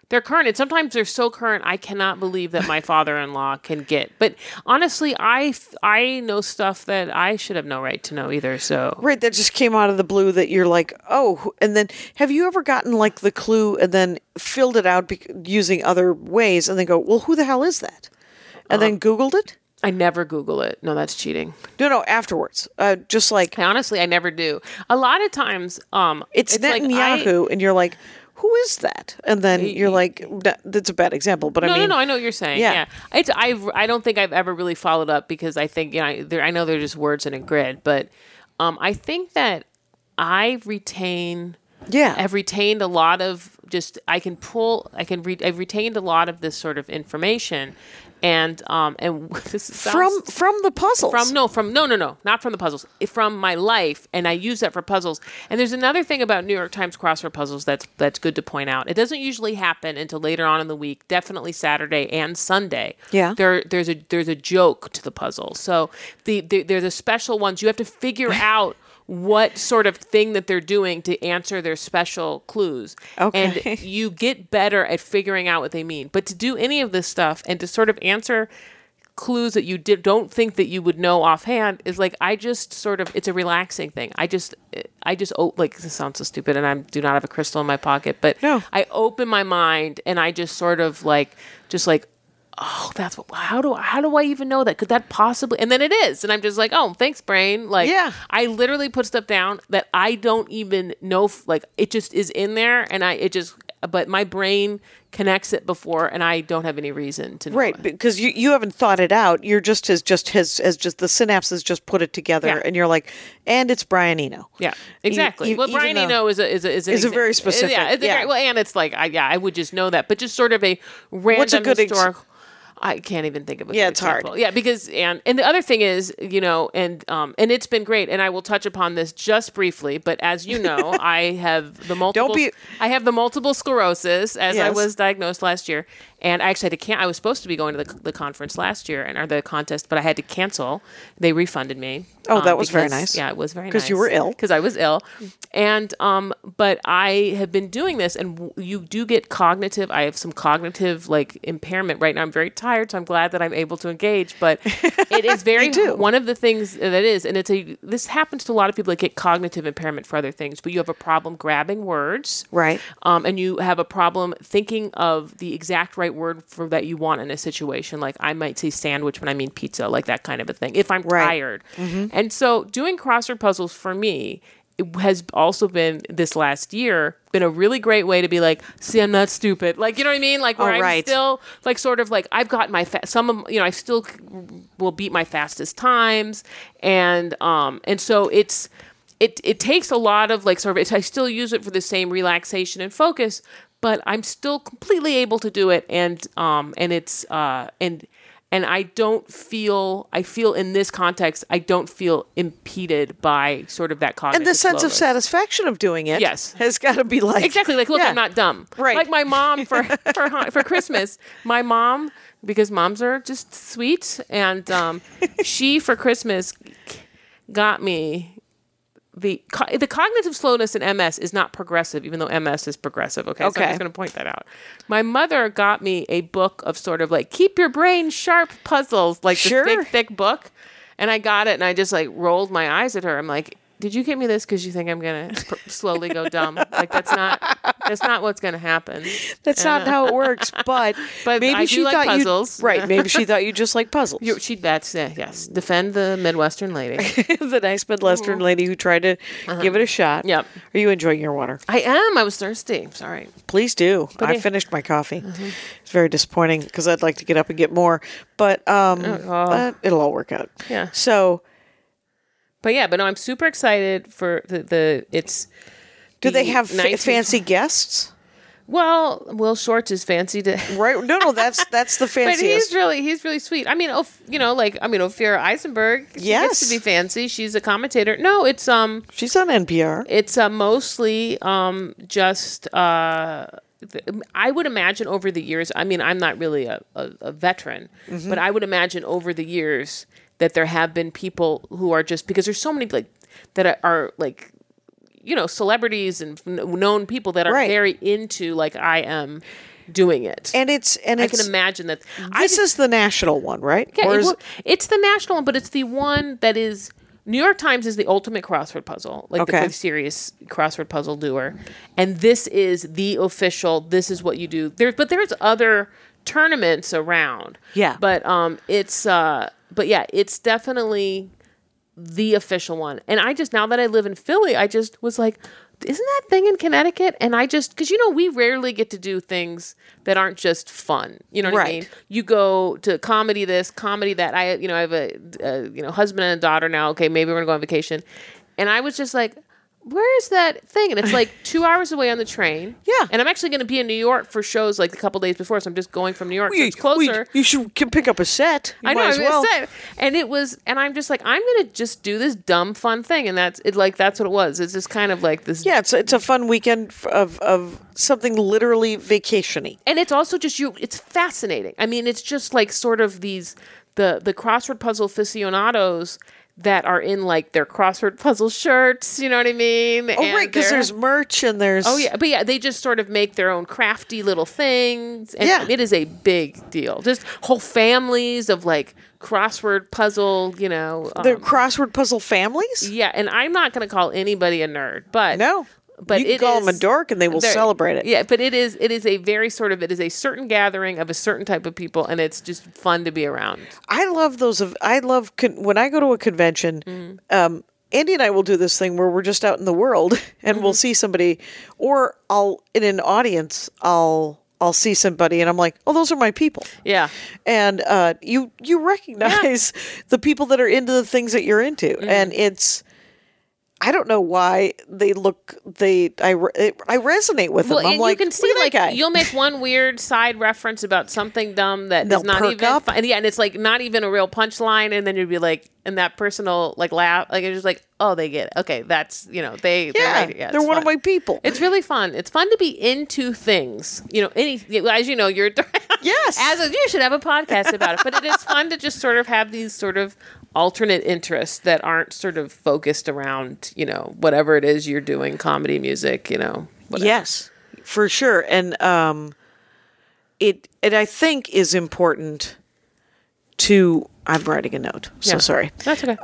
Speaker 2: They're current. And sometimes they're so current, I cannot believe that my father in law can get. But honestly, I, I know stuff that I should have no right to know either. So
Speaker 1: Right, that just came out of the blue. That you're like, oh, who- and then have you ever gotten like the clue and then filled it out bec- using other ways, and then go, well, who the hell is that? And
Speaker 2: Uh-huh.
Speaker 1: then Googled it.
Speaker 2: I never Google it. No, that's cheating.
Speaker 1: No, no, afterwards, uh, just like
Speaker 2: I honestly, I never do. A lot of times, um,
Speaker 1: it's,
Speaker 2: like I-
Speaker 1: Netanyahu, and you're like, who is that? And then you're like, that- that's a bad example, but I
Speaker 2: no,
Speaker 1: mean,
Speaker 2: no, no. I know what you're saying.
Speaker 1: Yeah.
Speaker 2: Yeah, it's I've I don't think I've ever really followed up because I think you know there I know they're just words in a grid, but um, I think that I retain
Speaker 1: yeah,
Speaker 2: I've retained a lot of just I can pull I can re- I've retained a lot of this sort of information, and um and this sounds,
Speaker 1: from from the puzzles,
Speaker 2: from no from no no no not from the puzzles It- from my life and I use that for puzzles and there's another thing about New York Times crossword puzzles that's that's good to point out it doesn't usually happen until later on in the week definitely Saturday and Sunday
Speaker 1: Yeah.
Speaker 2: there there's a there's a joke to the puzzle so the, the there's a special ones you have to figure out what sort of thing that they're doing to answer their special clues
Speaker 1: Okay.
Speaker 2: and you get better at figuring out what they mean but to do any of this stuff and to sort of answer clues that you did, don't think that you would know offhand is like I just sort of it's a relaxing thing. I just I just oh, like this sounds so stupid, and I do not have a crystal in my pocket, but
Speaker 1: No.
Speaker 2: I open my mind and I just sort of like just like oh that's what how do how do I even know that could that possibly and then it is and I'm just like oh thanks brain like
Speaker 1: Yeah.
Speaker 2: I literally put stuff down that I don't even know f- like it just is in there and I it just but my brain connects it before and I don't have any reason to know
Speaker 1: right
Speaker 2: it.
Speaker 1: because you, you haven't thought it out you're just has just has, has just the synapses just put it together
Speaker 2: Yeah.
Speaker 1: and you're like and it's brian eno
Speaker 2: Yeah, exactly.
Speaker 1: e-
Speaker 2: well,
Speaker 1: even
Speaker 2: Brian
Speaker 1: though-
Speaker 2: Eno is a is a is, an
Speaker 1: Is a
Speaker 2: exa-
Speaker 1: very specific-
Speaker 2: Yeah, it's a
Speaker 1: yeah.
Speaker 2: great- well, and it's like I yeah, I would just know that, but just sort of a random
Speaker 1: good ex-
Speaker 2: historical. I can't even think of a
Speaker 1: Yeah,
Speaker 2: good
Speaker 1: it's hard.
Speaker 2: example. Yeah, because and and the other thing is, you know, and um and it's been great, and I will touch upon this just briefly. But as you know, I have the multiple.
Speaker 1: be-
Speaker 2: I have the multiple sclerosis as I
Speaker 1: Yes.
Speaker 2: was diagnosed last year, and I actually had to can. I was supposed to be going to the, the conference last year and or the contest, but I had to cancel. They refunded me. um,
Speaker 1: Oh, that was very nice.
Speaker 2: Yeah, it was very nice
Speaker 1: 'Cause you were ill.
Speaker 2: because I was ill. And um, but I have been doing this, and w- you do get cognitive. I have some cognitive like impairment right now. I'm very tired, so I'm glad that I'm able to engage. But it is very
Speaker 1: do.
Speaker 2: one of the things that it is, and it's a this happens to a lot of people that get cognitive impairment for other things. But you have a problem grabbing words,
Speaker 1: Right.
Speaker 2: Um, and you have a problem thinking of the exact right word for that you want in a situation. Like I might say sandwich when I mean pizza, like that kind of a thing. If I'm
Speaker 1: Right. Mm-hmm.
Speaker 2: tired tired. And so doing crossword puzzles for me it has also been this last year been a really great way to be like, see, I'm not stupid. Like, you know what I mean? Like where
Speaker 1: Oh,
Speaker 2: I'm
Speaker 1: right.
Speaker 2: still like sort of like I've got my fa- some of you know I still c- will beat my fastest times and um and so it's. It, it takes a lot of like sort of it's, I still use it for the same relaxation and focus, but I'm still completely able to do it and um and it's uh and and I don't feel I feel in this context I don't feel impeded by sort of that cognitive
Speaker 1: and the sense of
Speaker 2: slowness.
Speaker 1: satisfaction of doing it
Speaker 2: Yes.
Speaker 1: has got to be like
Speaker 2: Exactly. Like, look,
Speaker 1: Yeah.
Speaker 2: I'm not dumb.
Speaker 1: Right.
Speaker 2: Like my mom for for hon- for Christmas, my mom because moms are just sweet, and um, she for Christmas got me the co- the cognitive slowness in MS is not progressive, even though MS is progressive. Okay, so
Speaker 1: Okay.
Speaker 2: I'm just going to point that out. My mother got me a book of sort of like keep your brain sharp puzzles, like
Speaker 1: Sure.
Speaker 2: this big thick book, and I got it, and I just like rolled my eyes at her. I'm like. Did you get me this because you think I'm gonna pr- slowly go dumb? Like that's not that's not what's gonna happen.
Speaker 1: that's not how it works but
Speaker 2: uh, But
Speaker 1: maybe
Speaker 2: I do
Speaker 1: she
Speaker 2: like
Speaker 1: thought
Speaker 2: puzzles.
Speaker 1: you right maybe she thought you just like puzzles
Speaker 2: You- She that's yeah, yes. Defend the midwestern lady.
Speaker 1: the nice midwestern lady who tried to give it a shot
Speaker 2: Uh-huh. Yep.
Speaker 1: are you enjoying your water
Speaker 2: I am. I was thirsty. I'm Sorry.
Speaker 1: Please do. I
Speaker 2: yeah.
Speaker 1: finished my coffee.
Speaker 2: Mm-hmm.
Speaker 1: It's very disappointing because I'd like to get up and get more, but um, uh, it'll all work out.
Speaker 2: Oh, Yeah.
Speaker 1: So,
Speaker 2: But yeah, but no, I'm super excited for the the it's.
Speaker 1: do they
Speaker 2: the
Speaker 1: have fa-
Speaker 2: 19
Speaker 1: fancy guests?
Speaker 2: Well, Will Shortz is fancy to.
Speaker 1: Right? No, no, that's that's the
Speaker 2: But
Speaker 1: fanciest.
Speaker 2: he's really he's really sweet. I mean, Oph- you know, like I mean, Ophira Eisenberg. She
Speaker 1: Yes.
Speaker 2: gets to be fancy. She's a commentator. No, it's um,
Speaker 1: She's on NPR.
Speaker 2: it's uh, mostly um, just uh, th- I would imagine over the years. I mean, I'm not really a, a, a veteran,
Speaker 1: Mm-hmm.
Speaker 2: but I would imagine over the years that there have been people who are just because there's so many like that are, are like you know celebrities and kn- known people that are
Speaker 1: Right.
Speaker 2: very into like I am doing it.
Speaker 1: And it's and
Speaker 2: I
Speaker 1: it's
Speaker 2: can imagine that. I
Speaker 1: this
Speaker 2: just-
Speaker 1: is the national one, right?
Speaker 2: yeah,
Speaker 1: Or
Speaker 2: it
Speaker 1: is-
Speaker 2: will- it's the national one, but it's the one that is New York Times is the ultimate crossword puzzle, like
Speaker 1: Okay.
Speaker 2: the, the serious crossword puzzle doer, and this is the official. This is what you do. There, but there's other tournaments around.
Speaker 1: Yeah.
Speaker 2: but um, it's uh, but yeah, it's definitely the official one. And I just now that I live in Philly, I just was like, isn't that thing in Connecticut? And I just because you know we rarely get to do things that aren't just fun. You know what I
Speaker 1: Right.
Speaker 2: mean? You go to comedy this, comedy that. I you know I have a, a you know husband and a daughter now. Okay, maybe we're gonna go on vacation, and I was just like. Where is that thing? And it's like two hours away on the train.
Speaker 1: Yeah.
Speaker 2: And I'm actually going to be in New York for shows like a couple days before. So I'm just going from New York. so
Speaker 1: you,
Speaker 2: it's closer.
Speaker 1: you should can pick up a set. You
Speaker 2: I know.
Speaker 1: might
Speaker 2: I
Speaker 1: as
Speaker 2: mean, it's
Speaker 1: well.
Speaker 2: sad. And it was, and I'm just like, I'm gonna just do this dumb fun thing, and that's it. Like that's what it was. It's just kind of like this.
Speaker 1: Yeah, it's it's a fun weekend f- of of something literally vacationy.
Speaker 2: And it's also just you. It's fascinating. I mean, it's just like sort of these the the crossword puzzle aficionados that are in like their crossword puzzle shirts. You know what I mean?
Speaker 1: Oh, right, because there's merch and there's
Speaker 2: Oh yeah, but yeah, they just sort of make their own crafty little things, and
Speaker 1: Yeah.
Speaker 2: it is a big deal. Just whole families of like crossword puzzle, you know, um,
Speaker 1: they're crossword puzzle families.
Speaker 2: Yeah, and I'm not going to call anybody a nerd, but
Speaker 1: No,
Speaker 2: but
Speaker 1: you can
Speaker 2: it
Speaker 1: call them a
Speaker 2: is-
Speaker 1: dork and they will
Speaker 2: there-
Speaker 1: celebrate it.
Speaker 2: Yeah, but it is it is a very sort of it is a certain gathering of a certain type of people, and it's just fun to be around.
Speaker 1: I love those. Of I love con- when I go to a convention.
Speaker 2: Mm-hmm.
Speaker 1: Um, Andy and I will do this thing where we're just out in the world and we'll
Speaker 2: Mm-hmm.
Speaker 1: see somebody, or I'll in an audience I'll I'll see somebody and I'm like, oh, those are my people.
Speaker 2: Yeah,
Speaker 1: and uh, you you recognize the people that are into the things that you're into,
Speaker 2: Mm-hmm.
Speaker 1: and it's I don't know why they look they I re- it, I resonate with them.
Speaker 2: well,
Speaker 1: I'm
Speaker 2: and
Speaker 1: like,
Speaker 2: you can see
Speaker 1: look at
Speaker 2: like
Speaker 1: that guy.
Speaker 2: you'll make one weird side reference about something dumb that
Speaker 1: They'll
Speaker 2: is not
Speaker 1: perk
Speaker 2: even
Speaker 1: up.
Speaker 2: fun- yeah, and it's like not even a real punchline, and then you'd be like, and that person will like laugh, like it's just like, oh, they get it. Okay, that's you know they they're
Speaker 1: yeah,
Speaker 2: right. yeah
Speaker 1: they're
Speaker 2: it's
Speaker 1: one of
Speaker 2: fun.
Speaker 1: my people.
Speaker 2: It's really fun. It's fun to be into things. You know, any as you know, you're
Speaker 1: Yes.
Speaker 2: As a, you should have a podcast about it, but it is fun to just sort of have these sort of alternate interests that aren't sort of focused around you know whatever it is you're doing, comedy, music, you know. Whatever.
Speaker 1: yes, for sure, and um, it it I think is important to. I'm writing a note. So
Speaker 2: Yeah.
Speaker 1: sorry,
Speaker 2: That's okay.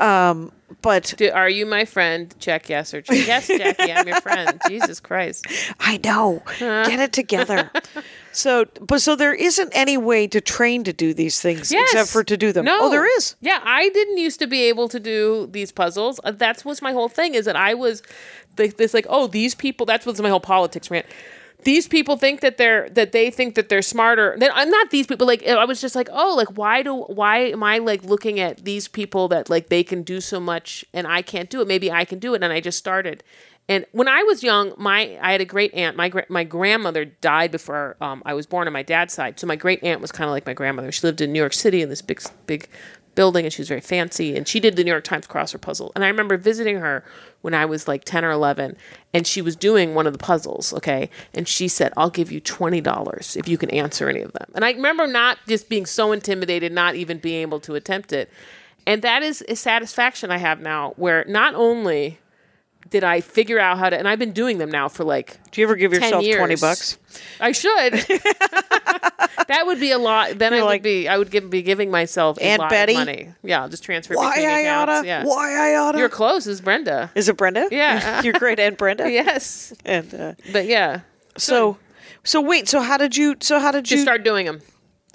Speaker 1: but
Speaker 2: Do- are you my friend? Check yes or check yes, Jackie. I'm your friend. Jesus Christ.
Speaker 1: I know.
Speaker 2: Uh-huh.
Speaker 1: Get it together. so, but so there isn't any way to train to do these things except for to do them.
Speaker 2: No,
Speaker 1: Oh, there is.
Speaker 2: Yeah, I didn't used to be able to do these puzzles. Uh, That was my whole thing. Is that I was th- this like, oh, these people. That's what's my whole politics rant. These people think that they're that they think that they're smarter. Then I'm not these people. Like I was just like, oh, like why do why am I like looking at these people that like they can do so much and I can't do it? Maybe I can do it. And I just started. And when I was young, my I had a great aunt. My gra- my grandmother died before um, I was born on my dad's side, so my great aunt was kind of like my grandmother. She lived in New York City in this big big building, and she was very fancy. And she did the New York Times crossword puzzle. And I remember visiting her when I was like ten or eleven, and she was doing one of the puzzles. Okay, and she said, "I'll give you twenty dollars if you can answer any of them." And I remember not just being so intimidated, not even being able to attempt it. And that is a satisfaction I have now, where not only did I figure out how to, and I've been doing them now for like
Speaker 1: Do you ever give
Speaker 2: 10
Speaker 1: yourself
Speaker 2: years.
Speaker 1: 20 bucks?
Speaker 2: I should. that would be a lot. Then I
Speaker 1: You're
Speaker 2: would
Speaker 1: like,
Speaker 2: be, I would give, be giving myself a
Speaker 1: Aunt
Speaker 2: lot
Speaker 1: Betty?
Speaker 2: of money. Yeah, I'll just transfer
Speaker 1: Why
Speaker 2: between
Speaker 1: I
Speaker 2: accounts.
Speaker 1: oughta?
Speaker 2: Yeah.
Speaker 1: Why I oughta?
Speaker 2: Your clothes is Brenda.
Speaker 1: Is it Brenda?
Speaker 2: Yeah.
Speaker 1: Your great aunt Brenda?
Speaker 2: yes,
Speaker 1: And uh,
Speaker 2: but yeah,
Speaker 1: so, so wait, so how did you, so how did you,
Speaker 2: just start doing them.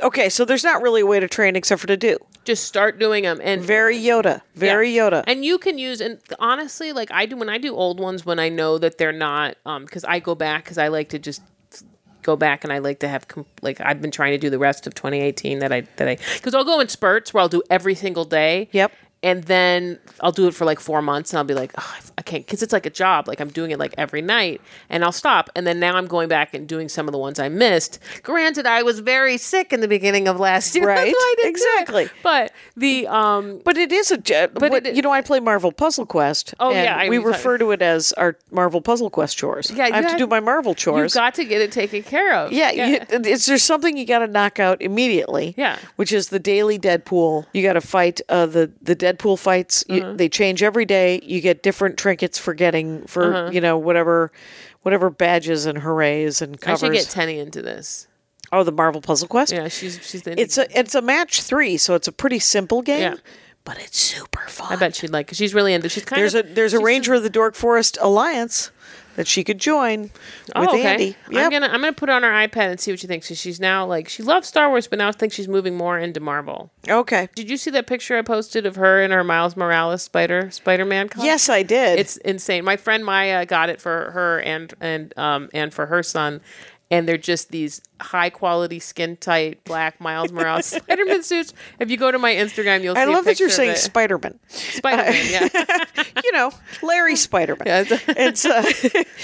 Speaker 1: okay, so there's not really a way to train except for to do.
Speaker 2: Just start doing them, and
Speaker 1: Very Yoda. Very
Speaker 2: Yeah.
Speaker 1: Yoda.
Speaker 2: And you can use and honestly, like I do when I do old ones when I know that they're not um because I go back because I like to just go back and I like to have com- like I've been trying to do the rest of 2018 that I that I because I'll go in spurts where I'll do every single day.
Speaker 1: Yep.
Speaker 2: and then I'll do it for like four months, and I'll be like, oh, I can't, because it's like a job. Like I'm doing it like every night, and I'll stop. And then now I'm going back and doing some of the ones I missed. Granted, I was very sick in the beginning of last year, That's
Speaker 1: Right.
Speaker 2: why I didn't do it.
Speaker 1: Exactly.
Speaker 2: But the um,
Speaker 1: But it is a. But
Speaker 2: it-
Speaker 1: you know, I play Marvel Puzzle Quest.
Speaker 2: Oh,
Speaker 1: and
Speaker 2: yeah, I-
Speaker 1: we
Speaker 2: you thought-
Speaker 1: refer to it as our Marvel Puzzle Quest chores. I
Speaker 2: Yeah,
Speaker 1: have
Speaker 2: you
Speaker 1: to
Speaker 2: had-
Speaker 1: do my Marvel
Speaker 2: you
Speaker 1: chores.
Speaker 2: got to get it taken care of.
Speaker 1: yeah, You, is there something you got to knock out immediately?
Speaker 2: Yeah.
Speaker 1: which is the daily Deadpool. You got to fight uh, the the Deadpool fights. You,
Speaker 2: Uh-huh.
Speaker 1: They change every day. You get different trinkets for getting for
Speaker 2: Uh-huh.
Speaker 1: you know whatever whatever badges and hoorays and
Speaker 2: I
Speaker 1: covers.
Speaker 2: should get Tenny into this.
Speaker 1: oh, the Marvel Puzzle Quest.
Speaker 2: Yeah, she's she's the.
Speaker 1: it's a it's a match three, so it's a pretty simple game,
Speaker 2: Yeah.
Speaker 1: but it's super fun.
Speaker 2: I bet she'd like. 'cause she's really into. She's kind
Speaker 1: there's a
Speaker 2: of
Speaker 1: there's a
Speaker 2: she's-
Speaker 1: ranger of the Dork Forest Alliance that she could join with Andy.
Speaker 2: Oh, I'm
Speaker 1: Yep.
Speaker 2: gonna I'm gonna put it on her iPad and see what she thinks. 'cause she's now like she loves Star Wars, but now I think she's moving more into Marvel.
Speaker 1: okay.
Speaker 2: Did you see that picture I posted of her in her Miles Morales Spider Spider Man?
Speaker 1: Yes, I did.
Speaker 2: it's insane. My friend Maya got it for her and and um and for her son. And they're just these high quality, skin tight, black Miles Morales Spider Man suits. If you go to my Instagram, you'll see.
Speaker 1: I love
Speaker 2: a
Speaker 1: that you're
Speaker 2: picture
Speaker 1: saying
Speaker 2: of it.
Speaker 1: Spider Man.
Speaker 2: Spider-Man, yeah.
Speaker 1: you know, Larry Spider Man.
Speaker 2: Yeah,
Speaker 1: it's uh,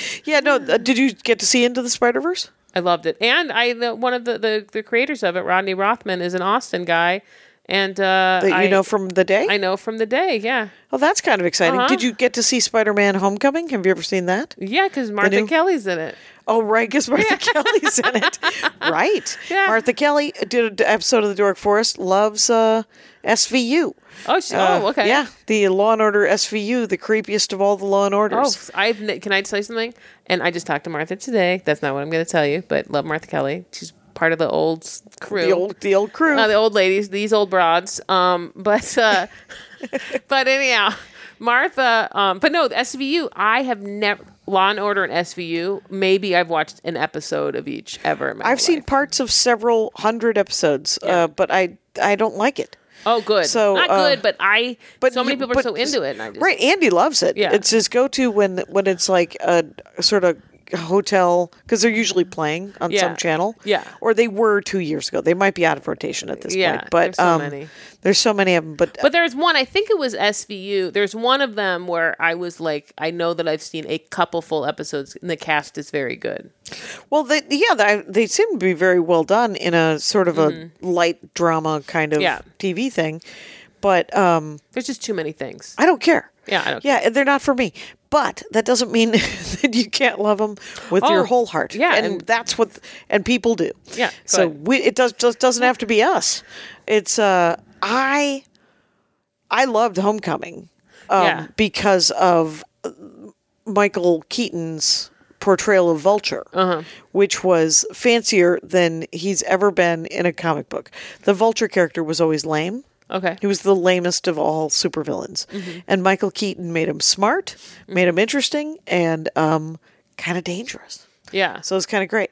Speaker 1: yeah. No, uh, did you get to see Into the Spider Verse?
Speaker 2: I loved it. And I the, one of the, the the creators of it, Rodney Rothman, is an Austin guy, and uh,
Speaker 1: That you
Speaker 2: I,
Speaker 1: know from the day.
Speaker 2: I know from the day, yeah,
Speaker 1: oh, that's kind of exciting.
Speaker 2: Uh-huh.
Speaker 1: Did you get to see Spider Man Homecoming? Have you ever seen that?
Speaker 2: yeah, because Martha
Speaker 1: new-
Speaker 2: Kelly's in it.
Speaker 1: Oh, right, because Martha Kelly's in it. Right.
Speaker 2: Yeah.
Speaker 1: Martha Kelly did an episode of The Dork Forest. Loves uh, SVU.
Speaker 2: Oh, she, oh,
Speaker 1: Uh,
Speaker 2: okay,
Speaker 1: Yeah, the Law and Order SVU, the creepiest of all the Law and
Speaker 2: Oh,
Speaker 1: Orders.
Speaker 2: I've n- can I tell you something? And I just talked to Martha today. That's not what I'm going to tell you, but love Martha Kelly. She's part of the old s- crew.
Speaker 1: the old, the old crew.
Speaker 2: No, the old ladies, these old broads. Um, but uh, but anyhow, Martha. Um, but no, the SVU. I have never Law and Order and SVU. Maybe I've watched an episode of each ever. In my
Speaker 1: I've seen
Speaker 2: life.
Speaker 1: parts of several hundred episodes, uh, but I, I don't like it.
Speaker 2: Oh, good.
Speaker 1: so,
Speaker 2: not
Speaker 1: uh,
Speaker 2: good, but I.
Speaker 1: But
Speaker 2: so many
Speaker 1: you-
Speaker 2: people are
Speaker 1: but-
Speaker 2: so into it. And I just,
Speaker 1: right? Andy loves it.
Speaker 2: Yeah.
Speaker 1: it's his go-to when when it's like a sort of hotel because they're usually playing on
Speaker 2: Yeah.
Speaker 1: some channel.
Speaker 2: Yeah.
Speaker 1: or they were two years ago. They might be out of rotation at this
Speaker 2: Yeah,
Speaker 1: point. but
Speaker 2: there's so
Speaker 1: um,
Speaker 2: many.
Speaker 1: there's so many of them. But,
Speaker 2: But there's one, I think it was SVU. There's one of them where I was like, I know that I've seen a couple full episodes, and the cast is very good.
Speaker 1: well, they, yeah, they, they seem to be very well done in a sort of a light drama kind of
Speaker 2: Mm-hmm. Yeah.
Speaker 1: TV thing. But um,
Speaker 2: There's just too many things.
Speaker 1: I don't care.
Speaker 2: Yeah, I don't
Speaker 1: yeah, and they're not for me. But that doesn't mean that you can't love them with
Speaker 2: Oh,
Speaker 1: your whole heart.
Speaker 2: yeah,
Speaker 1: and,
Speaker 2: and-
Speaker 1: that's what and people do.
Speaker 2: Yeah, go
Speaker 1: So
Speaker 2: ahead.
Speaker 1: we, it does just doesn't have to be us. It's uh, I, I loved Homecoming, um,
Speaker 2: Yeah.
Speaker 1: because of uh, Michael Keaton's portrayal of Vulture,
Speaker 2: Uh-huh.
Speaker 1: which was fancier than he's ever been in a comic book. The Vulture character was always lame.
Speaker 2: Okay. Mm-hmm.
Speaker 1: He was the lamest of all supervillains. And Michael Keaton made him smart, made him interesting, and um, kind of dangerous.
Speaker 2: Yeah.
Speaker 1: So it's kind of great.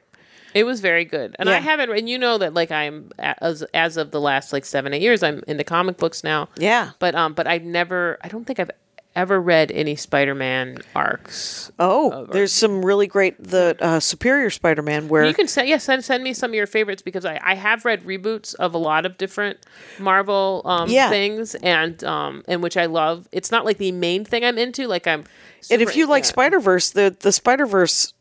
Speaker 2: It was very good, and
Speaker 1: Yeah.
Speaker 2: I haven't. And you know that, like I'm as as of the last like seven eight years, I'm into comic books now.
Speaker 1: Yeah.
Speaker 2: But um, but I've never. I don't think I've ever read any Spider Man arcs.
Speaker 1: Oh, there's some really great the uh, Superior Spider-Man where
Speaker 2: You can send yes, send send me some of your favorites because I I have read reboots of a lot of different Marvel um
Speaker 1: Yeah.
Speaker 2: things and um and which I love. It's not like the main thing I'm into. Like I'm.
Speaker 1: and if
Speaker 2: super-
Speaker 1: you like
Speaker 2: yeah.
Speaker 1: Spider-Verse, the the Spider-Verse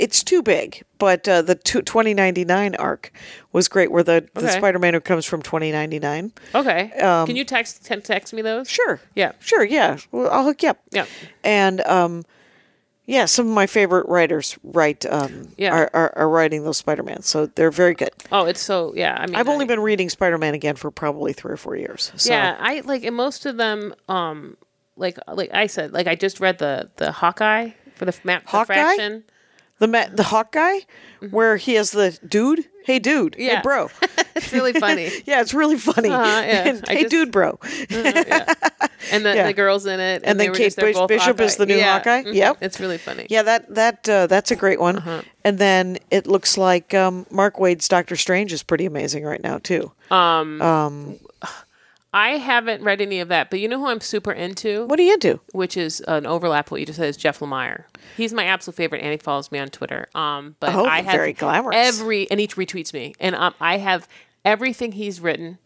Speaker 1: it's too big, but uh, the two, 2099 arc was great where the, the
Speaker 2: Okay.
Speaker 1: Spider-Man who comes from 2099.
Speaker 2: okay, can you text te- text me those?
Speaker 1: Um, Sure.
Speaker 2: Yeah.
Speaker 1: Sure, yeah. Well, I'll hook you up.
Speaker 2: Yeah.
Speaker 1: And um yeah, some of my favorite writers write um
Speaker 2: Yeah.
Speaker 1: are, are, are writing those Spider-Man. So they're very good.
Speaker 2: Oh, it's so yeah. I mean,
Speaker 1: I've only
Speaker 2: I-
Speaker 1: been reading Spider-Man again for probably 3 or 4 years. So
Speaker 2: Yeah, I like and most of them. Um, like like I said, like I just read the the Hawkeye for the f- map the
Speaker 1: Hawkeye?
Speaker 2: fraction.
Speaker 1: the ma- the Hawk guy where he has the dude, "Hey dude, hey
Speaker 2: Mm-hmm. Yeah.
Speaker 1: bro."
Speaker 2: It's really funny.
Speaker 1: yeah, it's really funny.
Speaker 2: Uh-huh, yeah.
Speaker 1: And,
Speaker 2: I
Speaker 1: hey
Speaker 2: just-
Speaker 1: dude, bro.
Speaker 2: And the,
Speaker 1: Yeah.
Speaker 2: the girls in it, and,
Speaker 1: then
Speaker 2: they were
Speaker 1: Kate
Speaker 2: just- they're
Speaker 1: Bish-
Speaker 2: both
Speaker 1: Bishop is the new
Speaker 2: Yeah.
Speaker 1: Hawkeye?
Speaker 2: Mhm.
Speaker 1: Yep.
Speaker 2: it's really funny.
Speaker 1: Yeah, that that uh, that's a great one.
Speaker 2: Uh-huh.
Speaker 1: And then it looks like um, Mark Wade's Doctor Strange is pretty amazing right now too.
Speaker 2: Uh, I haven't read any of that, but you know who I'm super into,
Speaker 1: What do you do?
Speaker 2: which is an overlap. of What you just said is Jeff Lemire. He's my absolute favorite, and he follows me on Twitter. Um, but
Speaker 1: Oh,
Speaker 2: I have
Speaker 1: very glamorous.
Speaker 2: every and he retweets me, and um, I have everything he's written.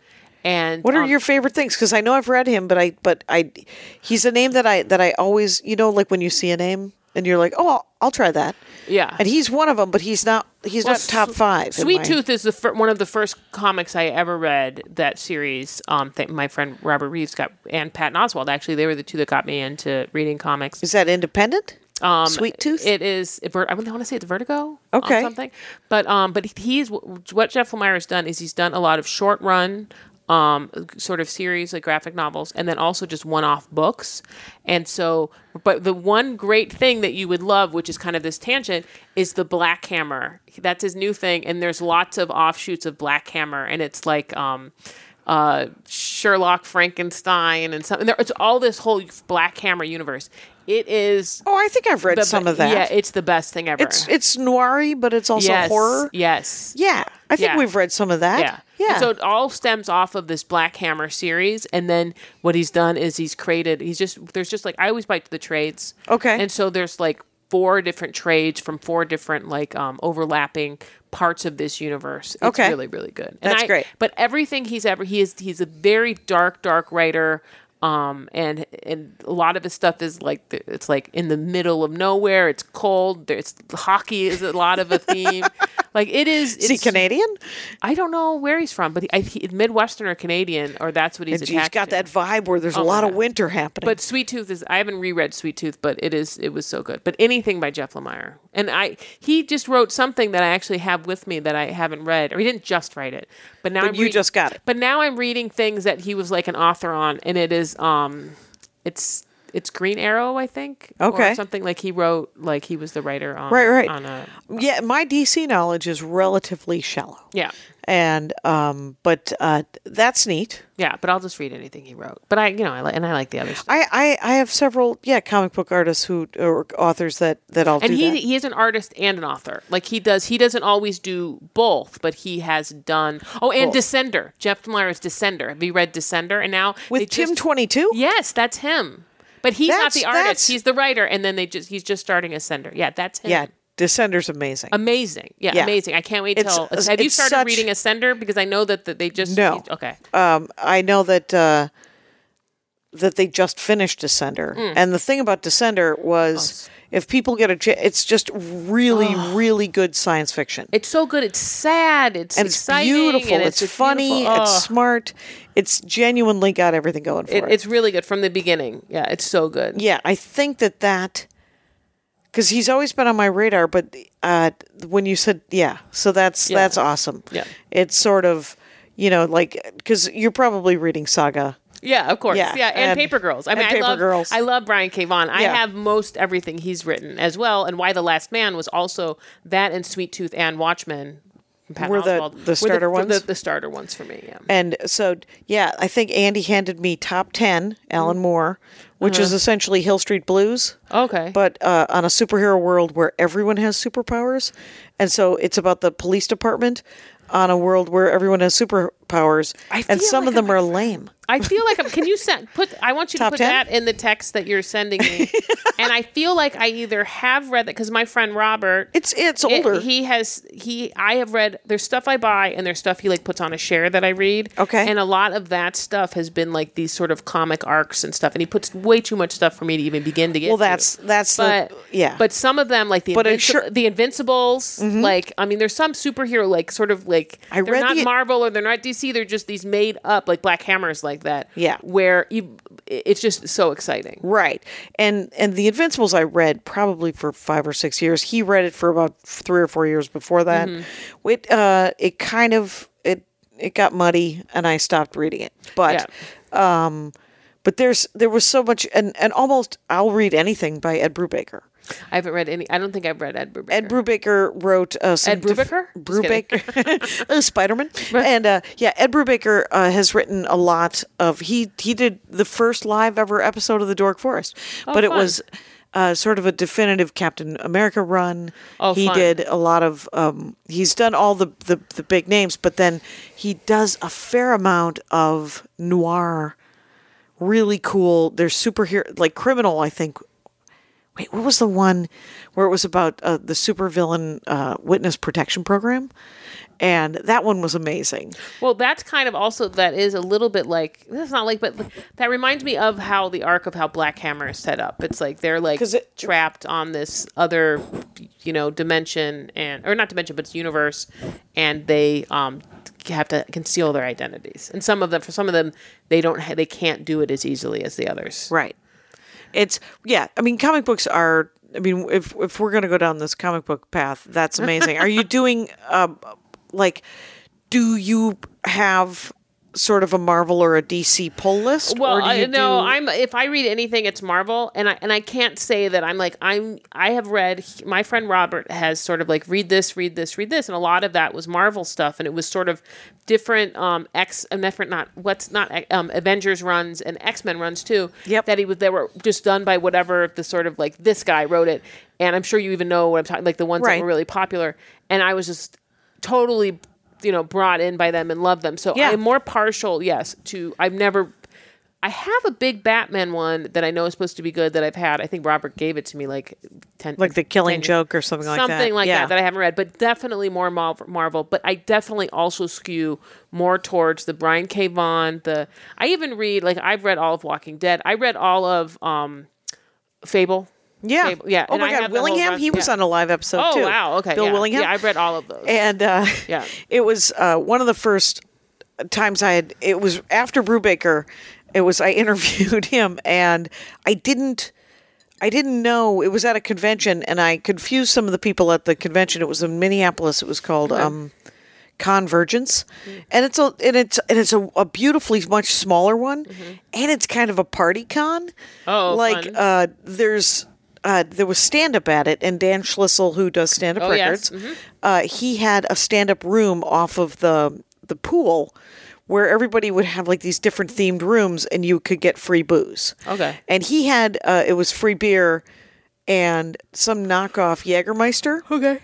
Speaker 2: And
Speaker 1: What are
Speaker 2: um,
Speaker 1: your favorite things? Because I know I've read him, but I but I he's a name that I that I always you know like when you see a name and you're like oh I'll, I'll try that
Speaker 2: Yeah.
Speaker 1: and he's one of them, but he's not he's not top five. in
Speaker 2: Sweet
Speaker 1: my-
Speaker 2: Tooth is the fir- one of the first comics I ever read. That series, um, that my friend Robert Reeves got, and Patton Oswald. Actually, they were the two that got me into reading comics.
Speaker 1: is that independent?
Speaker 2: Um,
Speaker 1: Sweet Tooth.
Speaker 2: It is. It, ver- I want to say it's Vertigo. on
Speaker 1: Okay.
Speaker 2: something, but um, but he's what Jeff Lemire has done is he's done a lot of short run, um, sort of series like graphic novels, and then also just one off books. And so, but the one great thing that you would love, which is kind of this tangent, is the Black Hammer. That's his new thing, and there's lots of offshoots of Black Hammer, and it's like um. Uh, Sherlock Frankenstein and something. It's all this whole Black Hammer universe. It is
Speaker 1: oh, I think I've read
Speaker 2: but-
Speaker 1: some
Speaker 2: but-
Speaker 1: of that.
Speaker 2: Yeah, it's the best thing ever.
Speaker 1: it's it's noiry, but it's also
Speaker 2: yes,
Speaker 1: horror.
Speaker 2: Yes.
Speaker 1: Yeah, I think
Speaker 2: Yeah.
Speaker 1: we've read some of that.
Speaker 2: Yeah.
Speaker 1: yeah.
Speaker 2: And so it all stems off of this Black Hammer series, and then what he's done is he's created. He's just there's just like I always buy the trades.
Speaker 1: Okay.
Speaker 2: And so there's like four different trades from four different like um, overlapping parts of this universe. It's
Speaker 1: Okay.
Speaker 2: Really, really good. And
Speaker 1: That's
Speaker 2: I-
Speaker 1: great.
Speaker 2: But everything he's ever he is he's a very dark, dark writer. Um, and and a lot of his stuff is like the, it's like in the middle of nowhere. It's cold. There's hockey is a lot of a theme. like it is.
Speaker 1: is he
Speaker 2: it's-
Speaker 1: Canadian?
Speaker 2: I don't know where he's from, but he, I, he, Midwestern or Canadian, or that's what he's.
Speaker 1: And he's
Speaker 2: attached
Speaker 1: got
Speaker 2: to.
Speaker 1: that vibe where there's a
Speaker 2: my
Speaker 1: lot of
Speaker 2: God.
Speaker 1: winter happening.
Speaker 2: Oh, But Sweet Tooth is. I haven't reread Sweet Tooth, but it is. It was so good. But anything by Jeff Lemire, and I he just wrote something that I actually have with me that I haven't read, or he didn't just write it, but now
Speaker 1: But
Speaker 2: I'm
Speaker 1: you
Speaker 2: reading-
Speaker 1: just got it.
Speaker 2: But now I'm reading things that he was like an author on, and it is um, it's it's Green Arrow, I think.
Speaker 1: Okay.
Speaker 2: Or something like he wrote, like he was the writer on.
Speaker 1: right, right.
Speaker 2: On a
Speaker 1: yeah, my DC knowledge is relatively shallow.
Speaker 2: yeah.
Speaker 1: and um, but uh, that's neat.
Speaker 2: Yeah, but I'll just read anything he wrote. But I, you know, I li- and I like the other stuff.
Speaker 1: I, I, I have several yeah comic book artists who or authors that that I'll
Speaker 2: and
Speaker 1: do
Speaker 2: he
Speaker 1: that.
Speaker 2: he is an artist and an author. Like he does, he doesn't always do both, but he has done. Oh, and Descender, Jeff Meyer's Descender. Have you read Descender? And now they
Speaker 1: with Tim
Speaker 2: just-
Speaker 1: twenty two.
Speaker 2: yes, that's him. But he's
Speaker 1: That's-
Speaker 2: not the artist;
Speaker 1: that's-
Speaker 2: he's the writer. And then they just he's just starting Ascender. Yeah, that's him.
Speaker 1: yeah, Descender's amazing.
Speaker 2: Um, amazing. Yeah,
Speaker 1: Yeah.
Speaker 2: amazing. I can't wait
Speaker 1: It's-
Speaker 2: till. have you
Speaker 1: it's
Speaker 2: started
Speaker 1: such-
Speaker 2: reading Ascender? Because I know that, that they just
Speaker 1: No.
Speaker 2: okay.
Speaker 1: um, I know that uh, that they just finished Descender,
Speaker 2: Mm.
Speaker 1: and the thing about Descender was if people get a chance, it's just really really good science fiction.
Speaker 2: Ah. It's so good. It's sad. It's
Speaker 1: and it's
Speaker 2: exciting,
Speaker 1: beautiful.
Speaker 2: and
Speaker 1: It's, funny.
Speaker 2: beautiful. Oh.
Speaker 1: It's smart. It's genuinely got everything going for
Speaker 2: It-
Speaker 1: it.
Speaker 2: it's really good from the beginning. Yeah, it's so good.
Speaker 1: yeah, I think that that because he's always been on my radar. But uh, when you said yeah, so that's
Speaker 2: Yeah.
Speaker 1: that's awesome.
Speaker 2: Yeah.
Speaker 1: it's sort of you know like because you're probably reading Saga.
Speaker 2: Yeah, of course.
Speaker 1: Yeah,
Speaker 2: Yeah, and,
Speaker 1: and-
Speaker 2: Paper Girls. I
Speaker 1: and
Speaker 2: mean,
Speaker 1: Paper
Speaker 2: I love
Speaker 1: Girls.
Speaker 2: I love Brian K. Vaughan. I
Speaker 1: Yeah.
Speaker 2: have most everything he's written as well, and Why the Last Man was also that and Sweet Tooth and Watchmen. from Patton
Speaker 1: Were the-
Speaker 2: Oswalt,
Speaker 1: the starter
Speaker 2: were
Speaker 1: ones?
Speaker 2: The, the starter ones for me. Yeah.
Speaker 1: And so, yeah, I think Andy handed me top 10 Alan
Speaker 2: Mm-hmm.
Speaker 1: Moore, which is essentially Hill Street Blues.
Speaker 2: Uh-huh. Okay.
Speaker 1: But uh, on a superhero world where everyone has superpowers. And so it's about the police department on a world where everyone has superpowers.
Speaker 2: I
Speaker 1: And
Speaker 2: feel
Speaker 1: some of
Speaker 2: like
Speaker 1: them are lame.
Speaker 2: I feel like I'm, can you send put I want you to
Speaker 1: Top
Speaker 2: put
Speaker 1: 10?
Speaker 2: that in the text that you're sending me, and I feel like I either have read that because my friend Robert
Speaker 1: It's it's
Speaker 2: it-
Speaker 1: older.
Speaker 2: he has he I have read there's stuff I buy and there's stuff he like puts on a share that I read.
Speaker 1: Okay.
Speaker 2: And a lot of that stuff has been like these sort of comic arcs and stuff. And he puts way too much stuff for me to even begin to get.
Speaker 1: well,
Speaker 2: to.
Speaker 1: that's that's
Speaker 2: but
Speaker 1: the yeah.
Speaker 2: But some of them like the
Speaker 1: But I'm
Speaker 2: Invinci-
Speaker 1: sure- Mm-hmm.
Speaker 2: the Invincibles, like I mean, there's some superhero like sort of like
Speaker 1: I
Speaker 2: they're
Speaker 1: read
Speaker 2: not
Speaker 1: the-
Speaker 2: Marvel or they're not DC. They're just these made up like Black Hammers like that.
Speaker 1: Yeah.
Speaker 2: Where you, it's just so exciting.
Speaker 1: Right. And and the Invincibles I read probably for five or six years. He read it for about three or four years before that.
Speaker 2: Mm-hmm.
Speaker 1: It uh it kind of it it got muddy and I stopped reading it. But um but there's there was so much and, and almost I'll read anything by Ed Brubaker.
Speaker 2: I haven't read any. I don't think I've read Ed Brubaker.
Speaker 1: Ed Brubaker wrote uh, some
Speaker 2: Ed Brubaker? Just kidding.
Speaker 1: Brubaker, uh, Spider-Man, and uh, yeah, Ed Brubaker uh, has written a lot of. He he did the first live ever episode of the Dork Forest, but it
Speaker 2: Oh, fun.
Speaker 1: was uh, sort of a definitive Captain America run.
Speaker 2: Oh,
Speaker 1: he
Speaker 2: fun.
Speaker 1: did a lot of. Um, he's done all the, the the big names, but then he does a fair amount of noir. Really cool. There's superhero like criminal. I think wait, what was the one where it was about uh, the supervillain uh, witness protection program? And that one was amazing.
Speaker 2: Well, that's kind of also that is a little bit like that's not like, but that reminds me of how the arc of how Black Hammer is set up. It's like they're like
Speaker 1: 'Cause it-
Speaker 2: trapped on this other, you know, dimension and or not dimension, but it's universe, and they um have to conceal their identities. And some of them, for some of them, they don't ha- they can't do it as easily as the others.
Speaker 1: Right. It's yeah. I mean, comic books are. I mean, if if we're gonna go down this comic book path, that's amazing. are you doing um, like? Do you have sort of a Marvel or a DC pull list?
Speaker 2: Well,
Speaker 1: or do
Speaker 2: I,
Speaker 1: you
Speaker 2: no,
Speaker 1: do-
Speaker 2: I'm if I read anything, it's Marvel, and I and I can't say that I'm like I'm. I have read my friend Robert has sort of like read this, read this, read this, and a lot of that was Marvel stuff, and it was sort of different um X and different not what's not um Avengers runs and X Men runs too.
Speaker 1: Yep.
Speaker 2: that he was they were just done by whatever the sort of like this guy wrote it, and I'm sure you even know what I'm talking like the ones
Speaker 1: Right.
Speaker 2: that were really popular, and I was just totally you know brought in by them and loved them. So
Speaker 1: Yeah.
Speaker 2: I'm more partial, yes, to I've never I have a big Batman one that I know is supposed to be good that I've had. I think Robert gave it to me like ten,
Speaker 1: like the Killing
Speaker 2: 10
Speaker 1: Joke or something like that.
Speaker 2: something like
Speaker 1: yeah.
Speaker 2: that that I haven't read, but definitely more Mar- Marvel. But I definitely also skew more towards the Brian K. Vaughan. The I even read like I've read all of Walking Dead. I read all of um, Fable.
Speaker 1: yeah.
Speaker 2: Fable- yeah,
Speaker 1: Oh
Speaker 2: and
Speaker 1: my
Speaker 2: I
Speaker 1: God,
Speaker 2: have the whole
Speaker 1: Willingham.
Speaker 2: run-
Speaker 1: He was
Speaker 2: yeah.
Speaker 1: on a live episode
Speaker 2: Oh
Speaker 1: too.
Speaker 2: wow, okay,
Speaker 1: Bill
Speaker 2: yeah.
Speaker 1: Willingham.
Speaker 2: Yeah, I've read all of those.
Speaker 1: and uh,
Speaker 2: Yeah.
Speaker 1: it was uh, one of the first times I had. It was after Brubaker. It was I interviewed him, and I didn't. I didn't know it was at a convention, and I confused some of the people at the convention. It was in Minneapolis. It was called um, Convergence, and it's a and it's and it's a, a beautifully much smaller one, and it's kind of a party con.
Speaker 2: Mm-hmm. Oh,
Speaker 1: like
Speaker 2: fun.
Speaker 1: uh, there's uh, there was stand up at it, and Dan Schlissel, who does stand up
Speaker 2: Oh,
Speaker 1: records,
Speaker 2: yes.
Speaker 1: uh, he had a stand up room off of the the pool where everybody would have like these different themed rooms, and you could get free booze.
Speaker 2: Okay.
Speaker 1: and he had uh, it was free beer and some knockoff Jägermeister
Speaker 2: okay.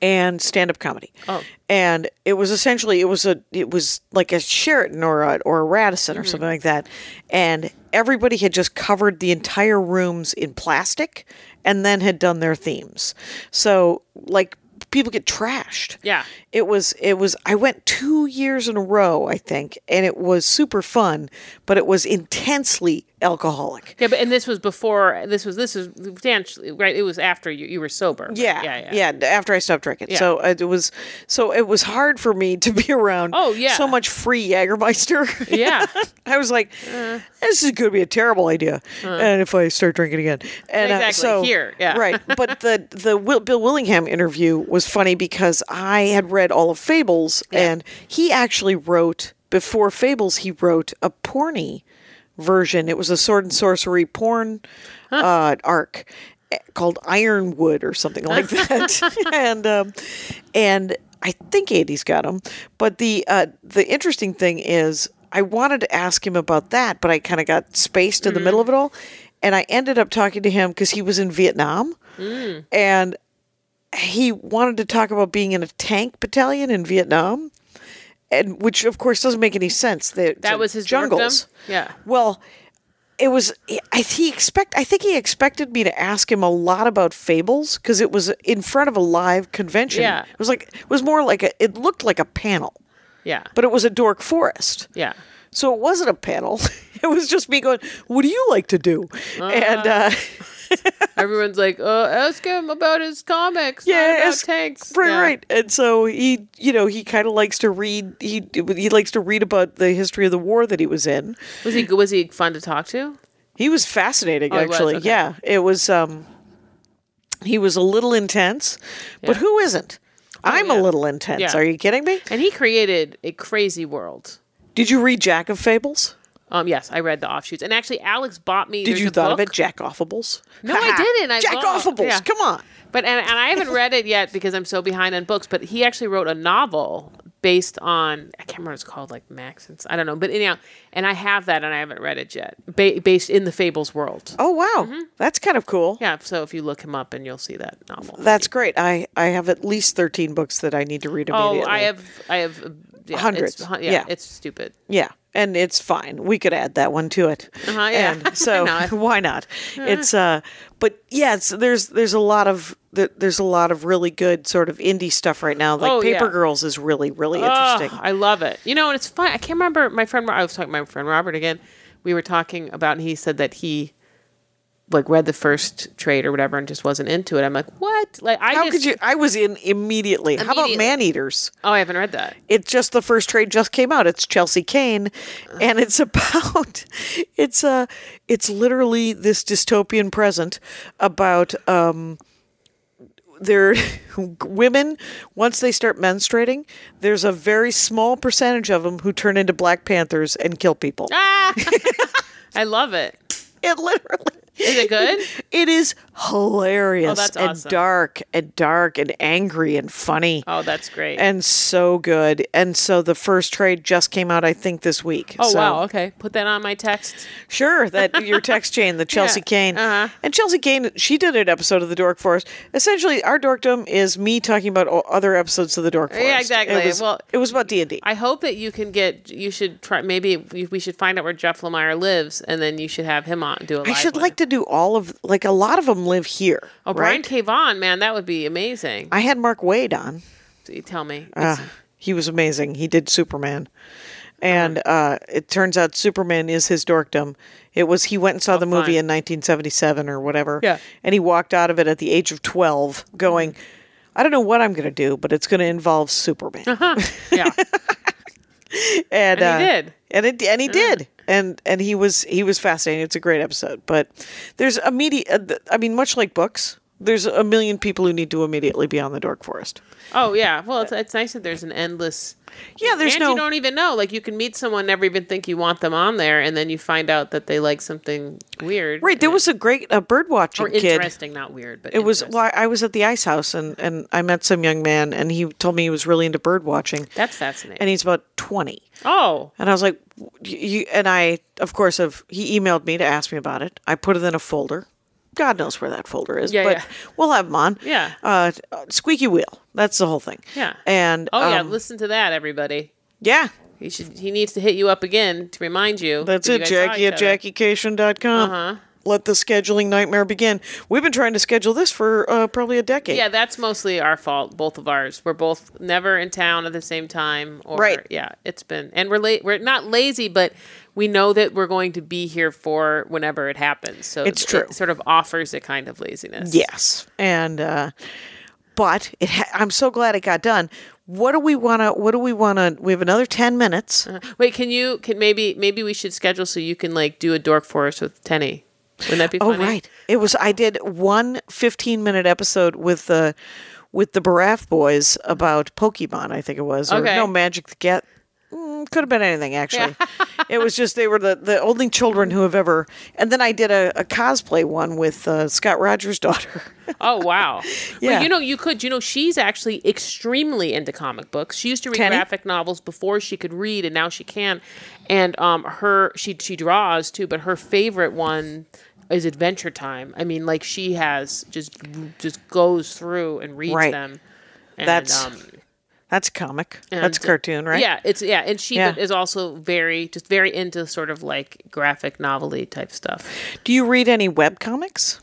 Speaker 1: and stand up comedy.
Speaker 2: Oh.
Speaker 1: And it was essentially it was a it was like a Sheraton or a or a Radisson
Speaker 2: Mm-hmm.
Speaker 1: or something like that. And everybody had just covered the entire rooms in plastic and then had done their themes. So like people get trashed.
Speaker 2: Yeah.
Speaker 1: It was it was I went 2 years in a row, I think, and it was super fun, but it was intensely alcoholic.
Speaker 2: Yeah, but and this was before. This was this is Dan right. It was after you you were sober. right?
Speaker 1: Yeah, yeah, After I stopped drinking, so uh, it was so it was hard for me to be around.
Speaker 2: Oh, yeah.
Speaker 1: so much free Jägermeister.
Speaker 2: Yeah. Uh.
Speaker 1: I was like, this is going to be a terrible idea, and if I start drinking again, and uh,
Speaker 2: Exactly,
Speaker 1: so
Speaker 2: here, yeah.
Speaker 1: right. But the the Will, Bill Willingham interview was funny because I had read all of Fables, and he actually wrote before Fables, he wrote a porny version. It was a sword and sorcery porn uh, arc eh, called Ironwood or something like that. and um, and I think Andy's got him. But the uh, the interesting thing is, I wanted to ask him about that, but I kind of got spaced in the middle of it all, and I ended up talking to him because he was in Vietnam, and he wanted to talk about being in a tank battalion in Vietnam. And which, of course, doesn't make any sense. That
Speaker 2: That was his dorkdom?
Speaker 1: jungles.
Speaker 2: Yeah.
Speaker 1: Well, it was. I he expect. I think he expected me to ask him a lot about fables because it was in front of a live convention.
Speaker 2: Yeah.
Speaker 1: It was like it was more like a. It looked like a panel,
Speaker 2: Yeah.
Speaker 1: but it was a dork forest.
Speaker 2: yeah.
Speaker 1: So it wasn't a panel. It was just me going, "What do you like to do?" and
Speaker 2: Uh-huh.
Speaker 1: uh,
Speaker 2: Everyone's like, oh, ask him about his comics. not
Speaker 1: yeah,
Speaker 2: about
Speaker 1: it's-
Speaker 2: tanks.
Speaker 1: Right,
Speaker 2: Yeah.
Speaker 1: right. And so he, you know, he kind of likes to read. He he likes to read about the history of the war that he was in.
Speaker 2: Was he was he fun to talk to?
Speaker 1: He was fascinating,
Speaker 2: Oh, he was?
Speaker 1: actually.
Speaker 2: Okay.
Speaker 1: Yeah, it was. Um, he was a little intense, but
Speaker 2: Yeah. Oh,
Speaker 1: who isn't? I'm a
Speaker 2: yeah.
Speaker 1: little intense.
Speaker 2: Yeah.
Speaker 1: Are you kidding me?
Speaker 2: And he created a crazy world.
Speaker 1: Did you read Jack of Fables?
Speaker 2: Um, yes, I read the offshoots, and actually, Alex bought me.
Speaker 1: Did
Speaker 2: there's
Speaker 1: you
Speaker 2: a
Speaker 1: thought of
Speaker 2: book.
Speaker 1: it, Jack Offables?
Speaker 2: No, I didn't. I
Speaker 1: Jack
Speaker 2: love-
Speaker 1: Offables.
Speaker 2: yeah.
Speaker 1: Come on.
Speaker 2: But and, and I haven't read it yet because I'm so behind on books. But he actually wrote a novel based on I can't remember what it's called, like Max. And, I don't know, but anyhow, and I have that, and I haven't read it yet. Ba- based in the Fables world.
Speaker 1: Oh wow, that's kind of cool.
Speaker 2: Mm-hmm. Yeah, so if you look him up, and you'll see that novel.
Speaker 1: That's great. I I have at least thirteen books that I need to read
Speaker 2: oh,
Speaker 1: immediately.
Speaker 2: I have I have yeah,
Speaker 1: hundreds.
Speaker 2: It's, hu-
Speaker 1: Yeah.
Speaker 2: yeah, it's stupid.
Speaker 1: Yeah, and it's fine. We could add that one to it.
Speaker 2: Uh-huh, yeah.
Speaker 1: And so
Speaker 2: Why not? Uh-huh.
Speaker 1: why not? It's uh, but yeah, it's, there's there's a lot of there- there's a lot of really good sort of indie stuff right now. Like
Speaker 2: Oh,
Speaker 1: Paper
Speaker 2: yeah.
Speaker 1: Girls is really really
Speaker 2: Oh,
Speaker 1: interesting.
Speaker 2: I love it. You know, and it's fun. I can't remember my friend. I was talking to my friend Robert again. We were talking about, and he said that he like read the first trade or whatever, and just wasn't into it. I'm like, what? Like, I
Speaker 1: How
Speaker 2: just,
Speaker 1: could you? I was in immediately. How about
Speaker 2: Immediately.
Speaker 1: Man Eaters?
Speaker 2: Oh, I haven't read that.
Speaker 1: It just the first trade just came out. It's Chelsea Kane,
Speaker 2: Uh-huh.
Speaker 1: and it's about it's uh it's literally this dystopian present about um there women once they start menstruating. There's a very small percentage of them who turn into Black Panthers and kill people.
Speaker 2: Ah! I love it.
Speaker 1: It literally.
Speaker 2: Is it good?
Speaker 1: It is hilarious
Speaker 2: Oh, that's
Speaker 1: and
Speaker 2: awesome.
Speaker 1: dark and dark and angry and funny.
Speaker 2: Oh, that's great.
Speaker 1: and so good. And so the first trade just came out, I think, this week.
Speaker 2: oh
Speaker 1: So-
Speaker 2: wow. Okay, put that on my text.
Speaker 1: Sure, that your text chain, the Chelsea
Speaker 2: Yeah,
Speaker 1: Kane,
Speaker 2: uh-huh.
Speaker 1: and Chelsea Kane, she did an episode of the Dork Forest. Essentially, our dorkdom is me talking about o- other episodes of the Dork Forest.
Speaker 2: exactly.
Speaker 1: It was,
Speaker 2: Well-
Speaker 1: it was about D and D.
Speaker 2: I hope that you can get. You should try. Maybe we- we should find out where Jeff Lemire lives, and then you should have him on do a live
Speaker 1: I should
Speaker 2: one.
Speaker 1: like to do all of like a lot of them live here.
Speaker 2: Oh, Brian
Speaker 1: right?
Speaker 2: K. Vaughan, man, that would be amazing.
Speaker 1: I had Mark Wade on.
Speaker 2: You Tell me.
Speaker 1: Uh, he was amazing. He did Superman. And uh, it turns out Superman is his dorkdom. It was he went and saw the movie
Speaker 2: fine.
Speaker 1: in 1977 or whatever.
Speaker 2: Yeah.
Speaker 1: And he walked out of it at the age of 12 going, I don't know what I'm going to do, but it's going to involve Superman.
Speaker 2: yeah.
Speaker 1: Uh-huh. and, Uh-huh.
Speaker 2: And he
Speaker 1: uh,
Speaker 2: did.
Speaker 1: And it and he did. And and he was he was fascinating. It's a great episode. But there's immediate I mean much like books, there's a million people who need to immediately be on the dork forest.
Speaker 2: Oh yeah. Well, it's, it's nice that there's an endless.
Speaker 1: Yeah, there's
Speaker 2: and
Speaker 1: no
Speaker 2: you don't even know. Like you can meet someone, never even think you want them on there, and then you find out that they like something weird.
Speaker 1: Right, there was a great a bird watching
Speaker 2: or
Speaker 1: kid.
Speaker 2: interesting, not weird, but
Speaker 1: It was
Speaker 2: interesting.
Speaker 1: well, I was at the ice house and and I met some young man and he told me he was really into bird watching
Speaker 2: That's fascinating.
Speaker 1: and he's about 20.
Speaker 2: oh,
Speaker 1: And I was like "W- you and I of course have he emailed me to ask me about it. I put it in a folder. God knows where that folder is,
Speaker 2: Yeah,
Speaker 1: but
Speaker 2: yeah.
Speaker 1: we'll have him on.
Speaker 2: Yeah.
Speaker 1: Uh, squeaky wheel. That's the whole thing.
Speaker 2: yeah.
Speaker 1: And
Speaker 2: oh yeah,
Speaker 1: um,
Speaker 2: listen to that, everybody.
Speaker 1: yeah,
Speaker 2: He should. He needs to hit you up again to remind you.
Speaker 1: That's
Speaker 2: that you
Speaker 1: it,
Speaker 2: guys saw
Speaker 1: Jackie
Speaker 2: each
Speaker 1: at
Speaker 2: other. Uh-huh.
Speaker 1: JackieCation.com. Let the scheduling nightmare begin. We've been trying to schedule this for uh, probably a decade.
Speaker 2: Yeah, that's mostly our fault, both of ours. We're both never in town at the same time. Or,
Speaker 1: Right.
Speaker 2: Yeah, it's been, and we're late. We're not lazy, but we know that we're going to be here for whenever it happens. So
Speaker 1: It's
Speaker 2: it
Speaker 1: true.
Speaker 2: sort of offers a kind of laziness.
Speaker 1: Yes, and uh, but it. Ha- I'm so glad it got done. What do we want to? What do we want to? We have another ten minutes.
Speaker 2: Wait, can you? Can maybe maybe we should schedule so you can like do a dork for us with Tenny. Wouldn't that be
Speaker 1: oh
Speaker 2: funny?
Speaker 1: right, it was. I did one 15 minute episode with the with the Baraff boys about Pokemon. I think it was. Or
Speaker 2: Okay.
Speaker 1: no Magic the Get. Mm, could have been anything actually. it was just they were the the only children who have ever. And then I did a, a cosplay one with uh, Scott Rogers' daughter.
Speaker 2: Oh wow.
Speaker 1: Yeah.
Speaker 2: Well, you know, you could. You know, she's actually extremely into comic books. She used to read
Speaker 1: Kenny?
Speaker 2: graphic novels before she could read, and now she can. And um, her she she draws too, but her favorite one is Adventure Time. I mean, like she has just just goes through and reads
Speaker 1: Right.
Speaker 2: them. And, um,
Speaker 1: That's- That's comic. That's
Speaker 2: and, uh,
Speaker 1: cartoon, right?
Speaker 2: Yeah, it's yeah, and she
Speaker 1: Yeah.
Speaker 2: is also very just very into sort of like graphic novelty type stuff.
Speaker 1: Do you read any web comics?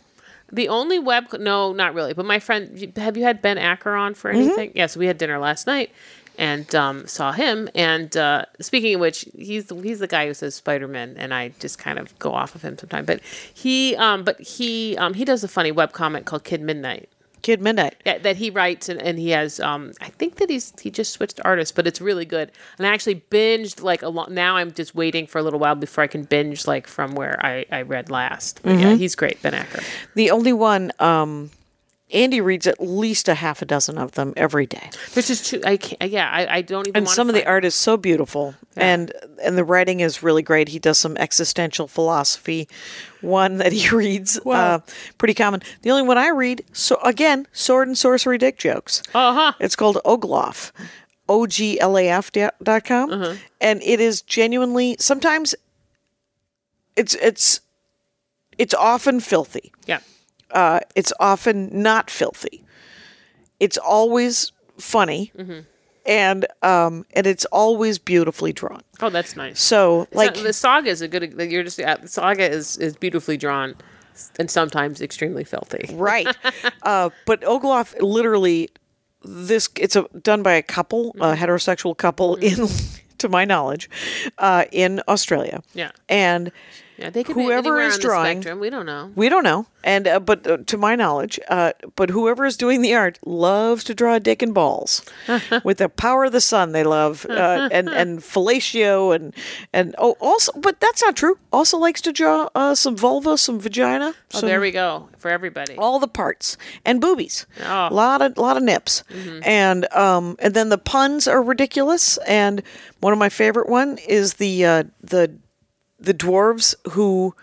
Speaker 2: The only web, no, not really. But my friend, have you had Ben Acker on for anything? Yes, we had dinner last night and um, saw him. And uh, speaking of which, he's the, he's the guy who says Spider Man, and I just kind of go off of him sometimes. But he, um, but he, um, he does a funny web comic called Kid Midnight.
Speaker 1: Kid Midnight.
Speaker 2: That, that he writes and, and he has um I think that he's he just switched artists but it's really good and I actually binged like a lot now I'm just waiting for a little while before I can binge like from where I, I read last but yeah he's great Ben Acker
Speaker 1: The only one, um, Andy reads at least a half a dozen of them every day,
Speaker 2: There's just too. I can't. Yeah, I, I don't even.
Speaker 1: and
Speaker 2: wanna
Speaker 1: some of the
Speaker 2: find-
Speaker 1: art is so beautiful, and and the writing is really great. He does some existential philosophy, one that he reads, uh, pretty common. The only one I read, so again, sword and sorcery dick jokes. Uh huh.
Speaker 2: Uh-huh.
Speaker 1: It's called Ogloff, O G L A F dot com,
Speaker 2: Uh-huh.
Speaker 1: and it is genuinely sometimes. It's it's, it's often filthy.
Speaker 2: Yeah.
Speaker 1: uh, it's often not filthy. It's always funny. and um, and it's always beautifully drawn.
Speaker 2: Oh, that's nice.
Speaker 1: So
Speaker 2: like
Speaker 1: like
Speaker 2: the saga is a good. You're just yeah, the saga is is beautifully drawn, and sometimes extremely filthy.
Speaker 1: right, uh, but Ogloff literally this it's a, done by a couple, a heterosexual couple in. To my knowledge, uh, in Australia,
Speaker 2: Yeah.
Speaker 1: and
Speaker 2: Yeah, they could
Speaker 1: Whoever
Speaker 2: be anywhere
Speaker 1: is
Speaker 2: on
Speaker 1: drawing-
Speaker 2: the spectrum. We don't know.
Speaker 1: We don't know, and uh, but uh, to my knowledge, uh, but whoever is doing the art loves to draw dick and balls with the power of the sun. They love uh, and and fellatio and and oh, also, but that's not true. Also likes to draw uh, some vulva, some vagina,
Speaker 2: Oh,
Speaker 1: some-
Speaker 2: there we go for everybody.
Speaker 1: all the parts and boobies.
Speaker 2: Oh. Mm-hmm.
Speaker 1: A lot of lot of nips. And um and then the puns are ridiculous and one of my favorite one is the uh the the dwarves who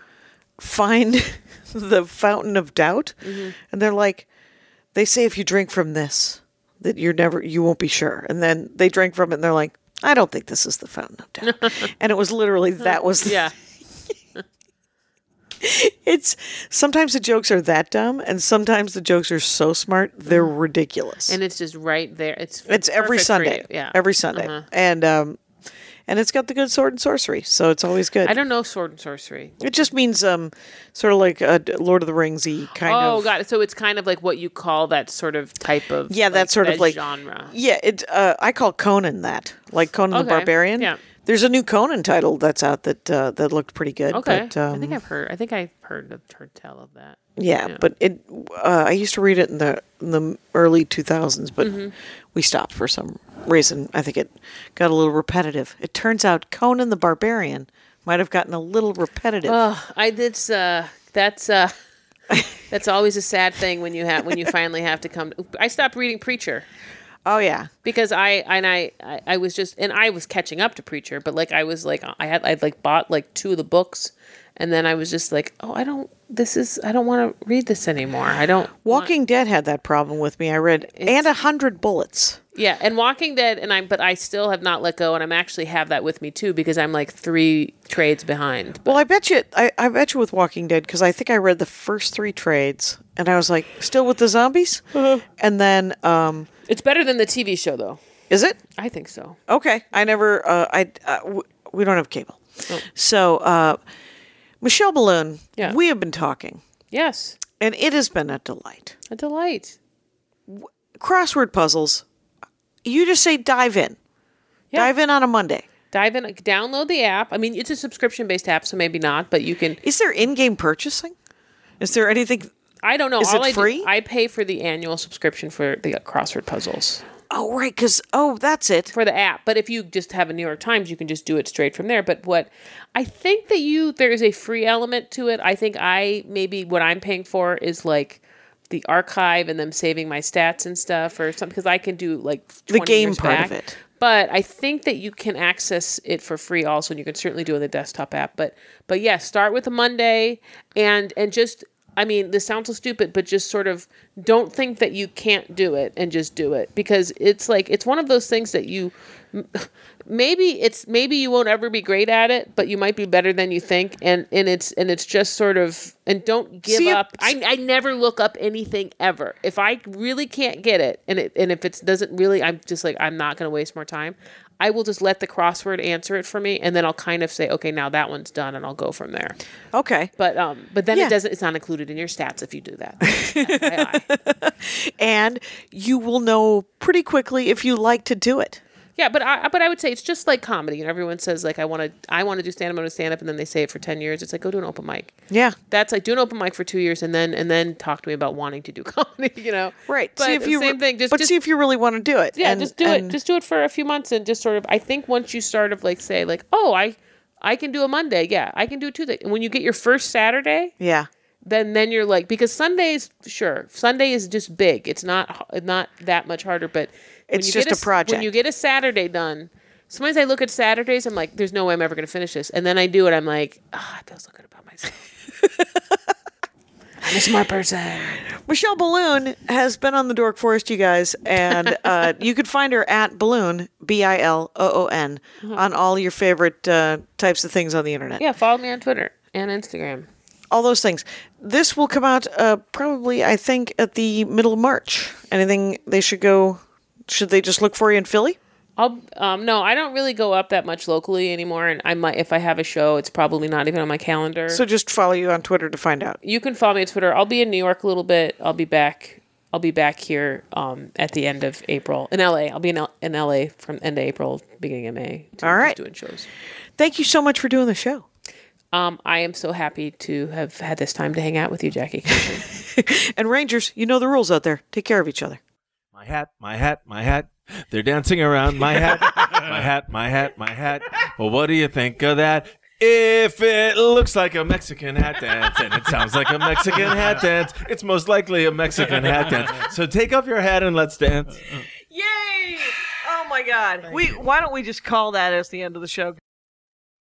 Speaker 1: find the fountain of doubt
Speaker 2: Mm-hmm.
Speaker 1: and they're like they say if you drink from this that you're never you won't be sure. And then they drink from it and they're like I don't think this is the fountain of doubt. and it was literally that was
Speaker 2: Yeah,
Speaker 1: it's sometimes the jokes are that dumb, and sometimes the jokes are so smart they're ridiculous.
Speaker 2: Mm. and it's just right there. It's
Speaker 1: it's every
Speaker 2: perfect for you.
Speaker 1: Sunday,
Speaker 2: Yeah, Mm-hmm.
Speaker 1: every Sunday, and um, and it's got the good sword and sorcery, so it's always good.
Speaker 2: I don't know sword and sorcery.
Speaker 1: it just means um, sort of like a Lord of the Ringsy kind
Speaker 2: oh,
Speaker 1: of.
Speaker 2: god! So it's kind of like what you call that sort of type of
Speaker 1: Yeah, that sort of like
Speaker 2: genre.
Speaker 1: Yeah, it. Uh, I call Conan that, like Conan the
Speaker 2: Okay,
Speaker 1: Barbarian.
Speaker 2: yeah.
Speaker 1: There's a new Conan title that's out that uh, that looked pretty good.
Speaker 2: Okay,
Speaker 1: but, um,
Speaker 2: I think I've heard. I think I've heard of heard tell of that.
Speaker 1: Yeah, but it. Uh, I used to read it in the in the early two thousands, but we stopped for some reason. I think it got a little repetitive. It turns out Conan the Barbarian might have gotten a little repetitive.
Speaker 2: Oh, I that's uh that's uh that's always a sad thing when you have when you finally have to come. To, I stopped reading Preacher
Speaker 1: oh yeah,
Speaker 2: because I and I, I I was just and I was catching up to Preacher, but like I was like I had I'd like bought like two of the books, and then I was just like, oh, I don't. This is I don't want to read this anymore. I don't. want-
Speaker 1: Walking Dead had that problem with me. I read and a hundred bullets.
Speaker 2: Yeah, and Walking Dead, and I'm, but I still have not let go, and I'm actually have that with me too because I'm like three trades behind. But
Speaker 1: Well, I bet you, I, I bet you with Walking Dead because I think I read the first three trades and I was like, still with the zombies, and then um,
Speaker 2: it's better than the TV show, though.
Speaker 1: is it?
Speaker 2: I think so.
Speaker 1: Okay, I never. Uh, I uh, w- we don't have cable, so uh, Michelle Balloon.
Speaker 2: Yeah.
Speaker 1: we have been talking,
Speaker 2: Yes,
Speaker 1: and it has been a delight.
Speaker 2: a delight.
Speaker 1: Crossword puzzles. You just say dive in,
Speaker 2: Yeah.
Speaker 1: dive in on a Monday.
Speaker 2: Dive in, download the app. I mean, it's a subscription based app, so maybe not, but you can.
Speaker 1: Is there in-game purchasing? Is there anything?
Speaker 2: I don't know.
Speaker 1: Is it
Speaker 2: I do-
Speaker 1: free?
Speaker 2: I pay for the annual subscription for the crossword puzzles
Speaker 1: Oh right, because oh that's it.
Speaker 2: for the app. But if you just have a New York Times, you can just do it straight from there. But what I think that you there is a free element to it. I think I maybe what I'm paying for is like the archive and them saving my stats and stuff or something because I can do like 20
Speaker 1: game
Speaker 2: years
Speaker 1: part of
Speaker 2: back.
Speaker 1: it.
Speaker 2: But I think that you can access it for free also, and you can certainly do it on the desktop app. But but yes, start with a Monday, and and just I mean, this sounds so stupid, but just sort of don't think that you can't do it, and just do it because it's like it's one of those things that you maybe it's maybe you won't ever be great at it, but you might be better than you think, and and it's and it's just sort of and don't give
Speaker 1: See,
Speaker 2: up. I, I never look up anything ever. If I really can't get it, and it and if it doesn't really, I'm just like I'm not going to waste more time. I will just let the crossword answer it for me, and then I'll kind of say, okay, now that one's done, and I'll go from there.
Speaker 1: Okay,
Speaker 2: But um, but then
Speaker 1: Yeah.
Speaker 2: it doesn't. It's not included in your stats if you do that. FYI.
Speaker 1: and you will know pretty quickly if you like to do it.
Speaker 2: Yeah, but I but I would say it's just like comedy, and everyone says like I want to I want to do stand up, I want to stand up, and then they say it for ten years. It's like go do an open mic.
Speaker 1: Yeah,
Speaker 2: That's like do an open mic for two years, and then and then talk to me about wanting to do comedy. You know,
Speaker 1: right.
Speaker 2: But
Speaker 1: see if you
Speaker 2: same thing. Just,
Speaker 1: but
Speaker 2: just
Speaker 1: see if you really want to do it.
Speaker 2: yeah,
Speaker 1: and-
Speaker 2: just do
Speaker 1: and-
Speaker 2: it. Just do it for a few months, and just sort of I think once you sort of like say like oh I I can do a Monday, yeah, I can do a Tuesday, and when you get your first Saturday,
Speaker 1: yeah.
Speaker 2: then then you're like because Sundays sure Sunday is just big. It's not h- not that much harder, but when
Speaker 1: It's
Speaker 2: you
Speaker 1: just
Speaker 2: get
Speaker 1: a
Speaker 2: s-
Speaker 1: project.
Speaker 2: When you get a Saturday done, sometimes I look at Saturdays. I'm like, there's no way I'm ever going to finish this, and then I do it. I'm like, ah, I feel so good about myself. I'm a smart person.
Speaker 1: Michelle Balloon has been on the Dork Forest, you guys, and uh, you could find her at Balloon B I L O O N on all your favorite uh, types of things on the internet.
Speaker 2: Yeah, follow me on Twitter and Instagram.
Speaker 1: All those things. This will come out uh, probably, I think, at the middle of March. Anything they should go? Should they just look for you in Philly?
Speaker 2: I'll um no, I don't really go up that much locally anymore, and I might if I have a show, it's probably not even on my calendar.
Speaker 1: So just follow you on Twitter to find out.
Speaker 2: you can follow me on Twitter. I'll be in New York a little bit. I'll be back. I'll be back here um, at the end of April in LA. I'll be in, L- in LA from end of April, beginning of May. to-
Speaker 1: All right.
Speaker 2: doing shows.
Speaker 1: Thank you so much for doing the show.
Speaker 2: Um, I am so happy to have had this time to hang out with you, Jackie.
Speaker 1: And Rangers, you know the rules out there. Take care of each other.
Speaker 3: My hat, my hat, my hat. They're dancing around my hat, my hat, my hat, my hat. Well, what do you think of that? If it looks like a Mexican hat dance and it sounds like a Mexican hat dance, it's most likely a Mexican hat dance. So take off your hat and let's dance.
Speaker 1: Yay! Oh my God. we why don't we just call that as the end of the show?